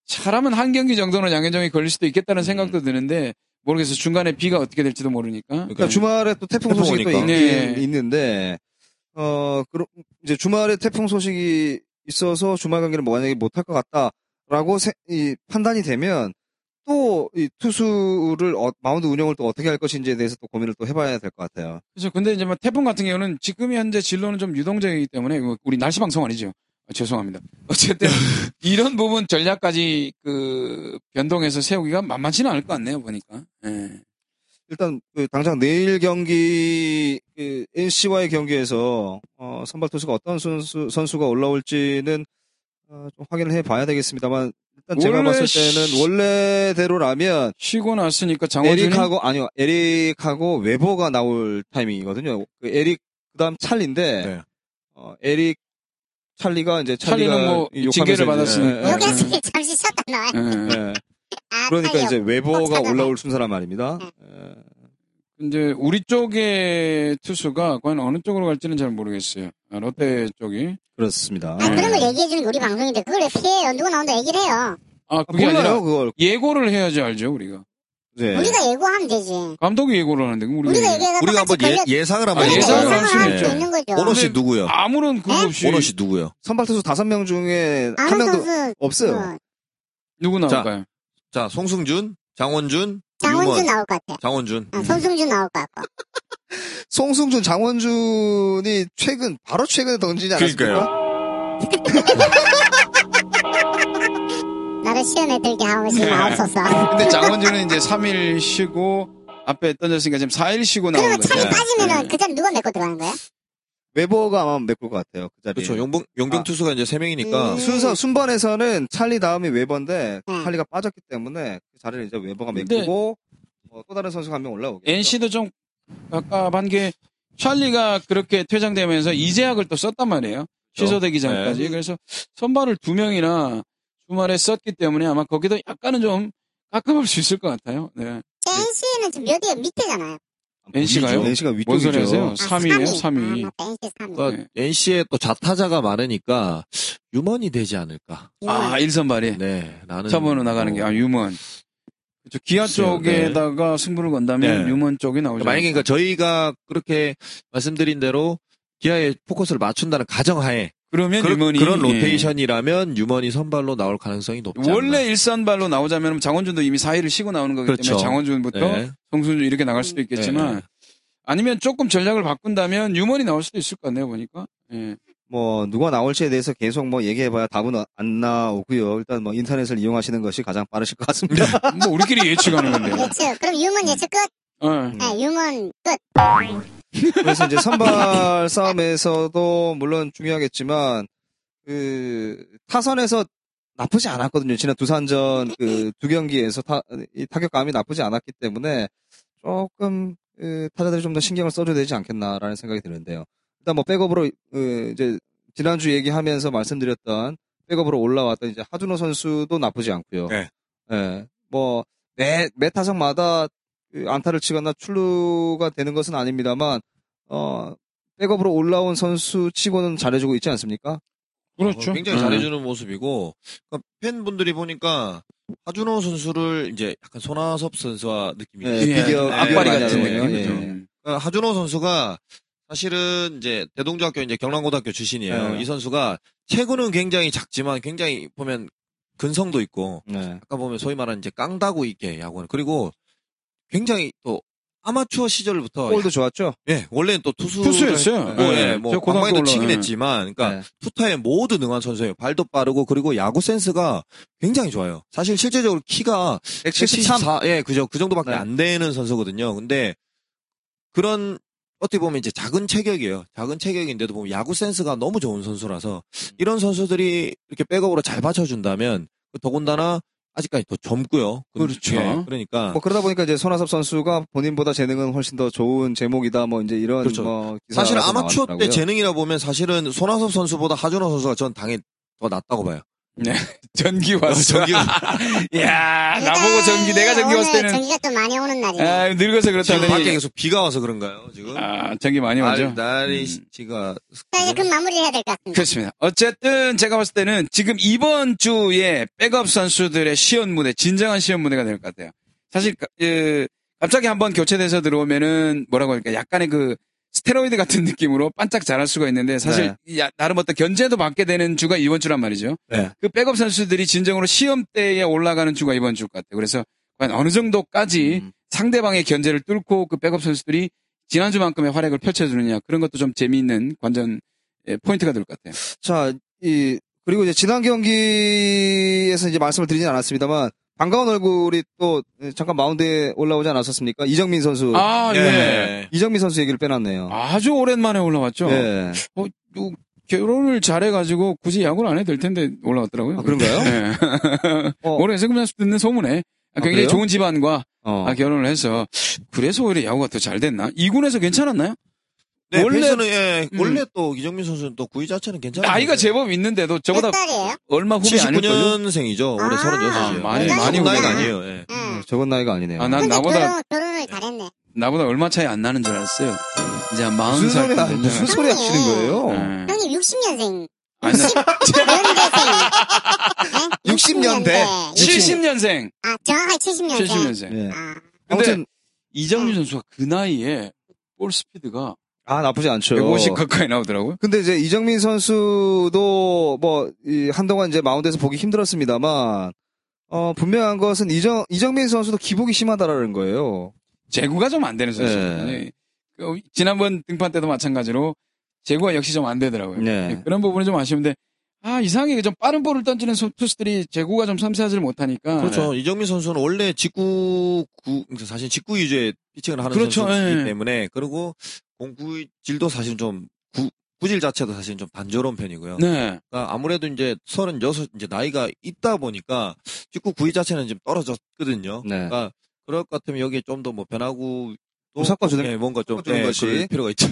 잘하면 한 경기 정도는 양현종이 걸릴 수도 있겠다는 생각도 드는데 모르겠어요. 중간에 비가 어떻게 될지도 모르니까.
그러니까 주말에 또 태풍,
네. 태풍
소식이 또
오니까.
있긴
네.
있는데 어 그럼 이제 주말에 태풍 소식이 있어서 주말 경기를 만약에 못할 것 같다라고 세- 이 판단이 되면 또 이 투수를 어- 마운드 운영을 또 어떻게 할 것인지에 대해서 또 고민을 또 해봐야 될 것 같아요.
그래서 근데 이제 뭐 태풍 같은 경우는 지금 현재 진로는 좀 유동적이기 때문에 뭐 우리 날씨 방송 아니죠. 아, 죄송합니다. 어쨌든 이런 부분 전략까지 그 변동해서 세우기가 만만치는 않을 것 같네요 보니까. 예.
일단 그 당장 내일 경기 그 NC와의 경기에서 어, 선발 투수가 어떤 선수 선수가 올라올지는 어, 좀 확인을 해봐야 되겠습니다만 일단 제가
원래
봤을
시-
때는 원래대로라면
쉬고 났으니까 장호준이
에릭하고 아니요 에릭하고 외보가 나올 타이밍이거든요. 그 에릭 그다음 찰리인데
네.
어, 에릭 찰리가 이제
찰리는
찰리가
뭐
욕하면서
징계를
이제-
받았으니까.
예, 예,
여기-
여기서 잠시 쉬었다 나와요.
예.
예.
아,
그러니까
타이어.
이제 외보가
찾아봐. 음.
올라올 순서란 말입니다. 예.
이제 우리 쪽의 투수가 과연 어느 쪽으로 갈지는 잘 모르겠어요. 아, 롯데 쪽이.
그렇습니다.
아, 그런 걸
예.
얘기해주는 게 우리 방송인데 그걸 왜 피해요? 누가 나온다 얘기를 해요.
아
아,
그게
몰라요,
아니라
그걸.
예고를 해야지 알죠 우리가.
네.
우리가 예고하면 되지.
감독이 예고를 하는데 그럼 음. 우리가,
우리가
예고-
얘기해서
우리가
똑같이
한번 예,
걸려
예상을 한번
아,
우리가
예상을
해볼까요?
할 수는
예상을
있죠.
하면 되는 거죠.
오너 씨
근데-
누구요?
아무런 그거 없이
오너 씨 누구요?
선발 투수 다섯 명 중에 한
아무
명도 그
선수
없어요.
누구 나올까요?
자, 송승준, 장원준,
장원준
유먼,
나올 것 같아.
장원준.
어, 손승준 나올 것 같고.
송승준, 장원준이 최근 바로 최근에 던지지 않았습니까?
그러니까요.
나를 시연해 들게 하오시 마옵소서.
근데 장원준은 이제 3일 쉬고 앞에 던졌으니까 지금 4일 쉬고 나온
그러면
거죠.
차이
네.
빠지면은
네.
그 자리 누가 메고 들어가는 거야?
외버가 아마 메꿀 것 같아요. 그 자리에.
예.
그렇죠. 용병 용병
아.
투수가 이제 세 명이니까.
음.
순서 순번에서는 찰리 다음이 외버인데
음.
찰리가 빠졌기 때문에 그 자리를 이제 외버가
근데-
메꾸고 어, 또 다른 선수가 한 명 올라오겠죠.
NC도 좀 갑갑한 게 찰리가 그렇게 퇴장되면서 이재학을 또 썼단 말이에요. 취소되기 전까지.
네.
그래서 선발을 두 명이나 주말에 썼기 때문에 아마 거기도 약간은 좀 깝깝할 수 있을 것 같아요. 네.
NC는 지금 몇 위에 밑에잖아요.
NC가요?
NC가
뭔 소리
위쪽이죠.
하세요? 3위에요,
3위.
3위.
아, 맞다. NC
어.
3위.
그러니까
예.
NC에 또 좌타자가 많으니까 유먼이 되지 않을까.
아, 1선발이.
네, 나는
차번으로 나가는 게, 아, 유먼. 그쵸, 기아
글쎄요, 네.
쪽에다가 승부를 건다면
네.
유먼 쪽이 나오죠.
만약에 그러니까 저희가 그렇게 말씀드린 대로 기아에 포커스를 맞춘다는 가정하에
그러면
그런,
유먼이.
그런
예.
로테이션이라면 유먼이 선발로 나올 가능성이 높지
원래 1선발로 나오자면 장원준도 이미 4위를 쉬고 나오는 거기 때문에
그렇죠.
장원준부터
않나. 네.
송순주 이렇게 나갈 수도 있겠지만
네.
아니면 조금 전략을 바꾼다면 유머니 나올 수도 있을 것 같네요 보니까 예.
뭐 누가 나올지에 대해서 계속 뭐 얘기해봐야 답은 어- 안 나오고요. 일단 뭐 인터넷을 이용하시는 것이 가장 빠르실 것 같습니다.
뭐 우리끼리 예측하는 건데
예측. 그럼 유먼 예측 끝.
예.
네, 유먼 끝.
그래서 이제 선발 싸움에서도 물론 중요하겠지만 그 타선에서 나쁘지 않았거든요. 지난 두산전 그 두 경기에서 타, 이 타격감이 나쁘지 않았기 때문에 조금 그 타자들이 좀 더 신경을 써줘야 되지 않겠나라는 생각이 드는데요. 일단 뭐 백업으로 그 이제 지난주 얘기하면서 말씀드렸던 백업으로 올라왔던 이제 하준호 선수도 나쁘지 않고요.
네.
예. 뭐매 매 타석마다 그 안타를 치거나 출루가 되는 것은 아닙니다만 어, 백업으로 올라온 선수 치고는 잘해주고 있지 않습니까?
그렇죠
어, 굉장히
예.
잘해주는 모습이고 그러니까 팬분들이 보니까 하준호 선수를 이제 약간 손아섭 선수와 느낌이
네,
예.
비슷해요.
비교-
네,
악바리
맞아요.
같은
네,
느낌이죠
네. 그러니까 하준호 선수가 사실은 이제 대동중학교 이제 경남고등학교 출신이에요.
네.
이 선수가 체구는 굉장히 작지만 굉장히 보면 근성도 있고
네.
아까 보면 소위 말하는 이제 깡다구 있게 야구는 그리고 굉장히 또 아마추어 시절부터
골도 좋았죠.
예 원래는 또 투수
투수였어요
뭐, 예,
예.
뭐
저 고등학교
방망이도 치긴
올라가는.
했지만 그러니까
네.
투타에 모두 능한 선수예요 발도 빠르고 그리고 야구 센스가 굉장히 좋아요 사실 실제적으로 키가 174 예 그죠 그 정도밖에
네.
안 되는 선수거든요 근데 그런 어떻게 보면 이제 작은 체격이에요 작은 체격인데도 보면 야구 센스가 너무 좋은 선수라서
음.
이런 선수들이 이렇게 백업으로 잘 받쳐준다면 그 더군다나 아직까지 더 젊고요
그렇죠.
예, 그러니까
뭐 그러다 보니까 이제 손아섭 선수가 본인보다 재능은 훨씬 더 좋은 제목이다 뭐 이제 이런
그렇죠.
뭐 기사가
사실 아마추어 때
나왔더라고요.
재능이라 보면 사실은 손아섭 선수보다 하준호 선수가 전 당연히 더 낫다고 봐요.
전기 왔어.
전기 왔어.
야 아, 나보고 전기, 내가 전기 왔을 때는.
전기가 좀 많이 오는 날이네.
아, 늙어서
지금 밖에
그렇다더니.
계속 비가 와서 그런가요, 지금?
아, 전기
네,
많이
날-
오죠?
날이
음.
씨가
자, 이제 그 마무리 해야 될 것 같습니다.
그렇습니다. 어쨌든 제가 봤을 때는 지금 이번 주에 백업 선수들의 시연 무대, 진정한 시연 무대가 될 것 같아요. 사실 가- 예, 갑자기 한번 교체돼서 들어오면은 뭐라고 할까 약간의 그 스테로이드 같은 느낌으로 반짝 잘할 수가 있는데 사실 야- 나름 어떤 견제도 받게 되는 주가 이번 주란 말이죠.
네.
그 백업 선수들이 진정으로 시험대에 올라가는 주가 이번 주일 것 같아요. 그래서 과연 어느 정도까지
음.
상대방의 견제를 뚫고 그 백업 선수들이 지난주만큼의 활약을 펼쳐주느냐 그런 것도 좀 재미있는 관전 예, 포인트가 될 것 같아요.
자, 이, 그리고 이제 지난 경기에서 이제 말씀을 드리진 않았습니다만, 반가운 얼굴이 또 잠깐 마운드에 올라오지 않았었습니까? 이정민 선수.
아, 예.
예.
이정민 선수 얘기를 빼놨네요.
아주 오랜만에 올라왔죠.
예.
어, 요, 결혼을 잘해가지고 굳이 야구를 안 해도 될 텐데 올라왔더라고요.
아, 그런가요?
네.
어,
올해 세금장수 듣는 소문에
아,
굉장히
그래요?
좋은 집안과
어.
아, 결혼을 해서 그래서 오히려 야구가 더 잘 됐나? 2군에서 괜찮았나요?
네,
원래-
원래 는 예,
음.
원래 또 이정민 선수는 또 구위 자체는
네.
괜찮아요.
나이가 제법 있는데도 그, 저보다
몇 살이에요?
얼마 후배 아닐걸요?
79년생이죠. 올해
아,
36이에요. 네,
많이,
많이
나이가
오구나.
아니에요. 예.
응.
저건 나이가 아니네요.
아, 음. 난
음. 근데
나보다,
결혼, 결혼을 잘했네.
나보다 얼마 차이 안 나는 줄 알았어요. 이제 한
무슨
40살. 네.
소리, 하- 무슨 소리 하시는 거예요?
형님 60년생.
아니,
60년생. 네?
60년대.
70년생.
아, 정확하게 70년생.
네.
70년생. 네.
예.
아,
아무튼,
이정민 선수가 그 나이에 볼 스피드가
아, 나쁘지 않죠.
150 가까이 나오더라고요.
근데 이제 이정민 선수도 뭐, 이 한동안 이제 마운드에서 보기 힘들었습니다만, 어, 분명한 것은 이정, 이정민 선수도 기복이 심하다라는 거예요.
제구가 좀 안 되는 선수예요.
네.
그 지난번 등판 때도 마찬가지로 제구가 역시 좀 안 되더라고요. 예,
네.
그런 부분이 좀 아쉬운데 아 이상하게 좀 빠른 볼을 던지는 소- 투수들이 제구가 좀 섬세하지 못하니까
그렇죠. 이정민 선수는 원래 직구 구 그러니까 사실 직구 위주의 피칭을 하는
그렇죠,
선수이기
예.
때문에 그리고 공구질도 사실 좀 구, 구질 자체도 사실 좀 단조로운 편이고요.
네.
그러니까 아무래도 이제 36 이제 나이가 있다 보니까 직구 구위 자체는 좀 떨어졌거든요.
네.
그러니까 그럴 것 같으면 여기에 좀 더 뭐 변하고
또 섞어주는
예, 뭔가 좀
섞어주는
예,
것이.
그럴 필요가 있죠.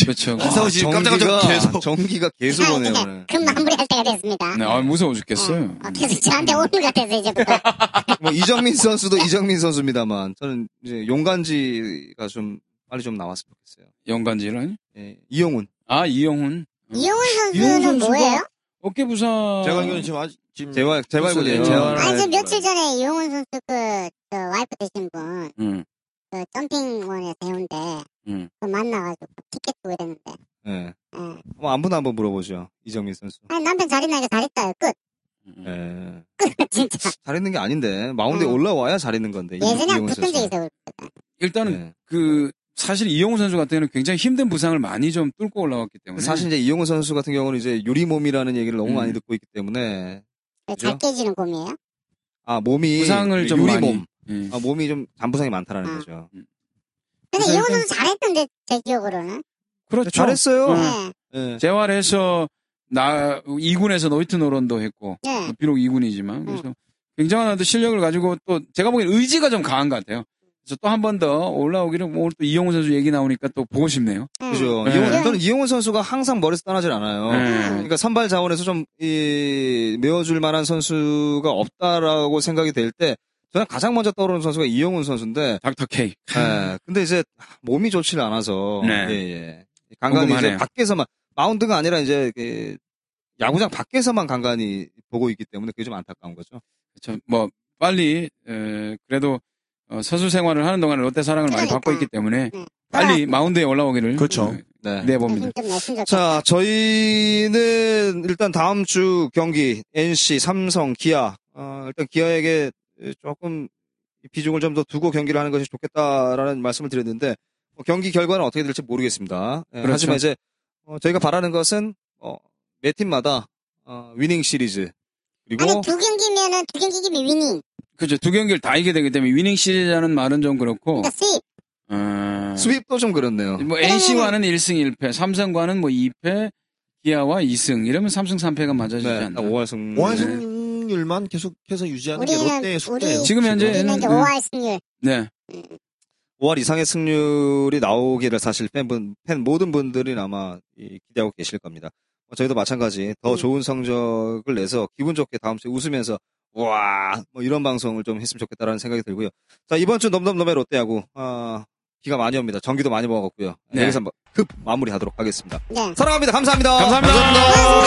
그렇죠.
그래서
아,
지금 깜짝깜짝 계속.
전기가 계속
아,
오네요.
네.
오늘.
그럼 마무리할 때가 됐습니다.
네, 아, 무서워
어,
죽겠어요. 음.
어, 계속 저한테 오는 것 같아서 이제부터.
뭐 이정민 선수도 이정민 선수입니다만 저는 이제 용간지가 좀 빨리 좀 나왔으면 좋겠어요.
연관지는
예, 이용훈.
아 이영훈
이용훈
이용훈
선수는
선수가-
뭐예요?
어깨 부상.
제가 알기로는 지금 아직 지금
재활 재활군이에요. 네.
예, 음, 재활.
네.
아니, 저 며칠 전에 이용훈 선수 그, 그 와이프 되신 분,
음,
그 점핑원에 배운데,
음.
그 만나가지고 티켓 주고 이랬는데,
예.
예.
뭐 아무나 한번 물어보죠. 이정민 선수.
아니, 남편 잘 있나 이거 잘했다. 끝.
음.
예.
진짜.
잘있는 게 아닌데 마운드에
음.
올라와야 잘있는 건데. 이-
예전에
이용훈
붙은
선수.
적이 있어요.
일단은
예.
그 사실 이영훈 선수 같은 경우는 굉장히 힘든 부상을 많이 좀 뚫고 올라왔기 때문에
사실 이제 이용훈 선수 같은 경우는 이제 유리몸이라는 얘기를 너무
음.
많이 듣고 있기 때문에
잘 깨지는 곰이에요.
아 몸이
부상을 좀
유리몸.
많이 그렇죠. 예.
아 몸이 좀 잔부상이 많다라는
음.
거죠.
근데
그래서
이용훈
일단-
선수 잘했던데, 제 기억으로는.
그렇죠.
잘했어요.
음.
예.
예.
재활해서 나 2군에서 노이트 노런도 했고
예.
음. 비록 2군이지만 그래서 굉장한 아주 실력을 가지고 또 제가 보기엔 의지가 좀 강한 것 같아요. 그래서 또 한 번 더 올라오기를 뭐 오늘 또 이용우 선수 얘기 나오니까 또 보고 싶네요.
예.
그죠.
네.
이용훈, 저는 이용훈 선수가 항상 머리에서 떠나질 않아요.
네.
그러니까 선발 자원에서 좀, 이, 메워줄 만한 선수가 없다라고 생각이 될 때, 저는 가장 먼저 떠오르는 선수가 이용훈 선수인데,
닥터 K.
예, 근데 이제 몸이 좋지를 않아서,
음. 네.
예, 예. 간간히 이제
궁금하네요.
밖에서만, 마운드가 아니라 이제, 그 야구장 밖에서만 간간히 보고 있기 때문에 그게 좀 안타까운 거죠.
그렇죠. 저뭐 빨리 에, 그래도 어, 선수 생활을 하는 동안 롯데 사랑을 많이 받고 있기 때문에
네.
빨리 마운드에 올라오기를
그렇죠.
네.
내
좀
봅니다.
냈으면 좋겠다.
자, 저희는 일단 다음 주 경기 NC, 삼성, 기아. 어, 일단 기아에게 조금 비중을 좀 더 두고 경기를 하는 것이 좋겠다라는 말씀을 드렸는데 어, 경기 결과는 어떻게 될지 모르겠습니다. 예,
그렇죠.
하지만 이제 어, 저희가 바라는 것은 어, 매 팀마다 어, 위닝 시리즈 그리고
아니, 두 경기면은, 두 경기기면 위닝.
그렇죠. 두 경기를 다 이게 되기 때문에 위닝 시리즈라는 말은 좀 그렇고
그러니까 수입.
어,
수입도 좀 그렇네요.
뭐 NC와는 1승 1패, 삼성과는 뭐 2패, 기아와 2승 이러면 삼승 3패가 맞아지지
네,
않나.
5월승.
원승률만 계속해서 유지하는 게
우리는-
롯데의 숙제예요.
우리-
지금
네,
현재-
우리는 이제
음.
5할 승률.
네.
5월 이상의 승률이 나오기를 사실 팬분, 팬 모든 분들이 아마 이, 기대하고 계실 겁니다.
어, 저희도 마찬가지 더 좋은 성적을 내서 기분 좋게 다음 주에 웃으면서 와, 뭐 이런 방송을 좀 했으면 좋겠다라는 생각이 들고요. 자, 이번 주 넘넘넘의 롯데하고 아, 비가 많이 옵니다. 전기도 많이 먹었고요.
네.
여기서 한번 급 마무리하도록 하겠습니다.
네.
사랑합니다. 감사합니다.
감사합니다.
수고하셨습니다.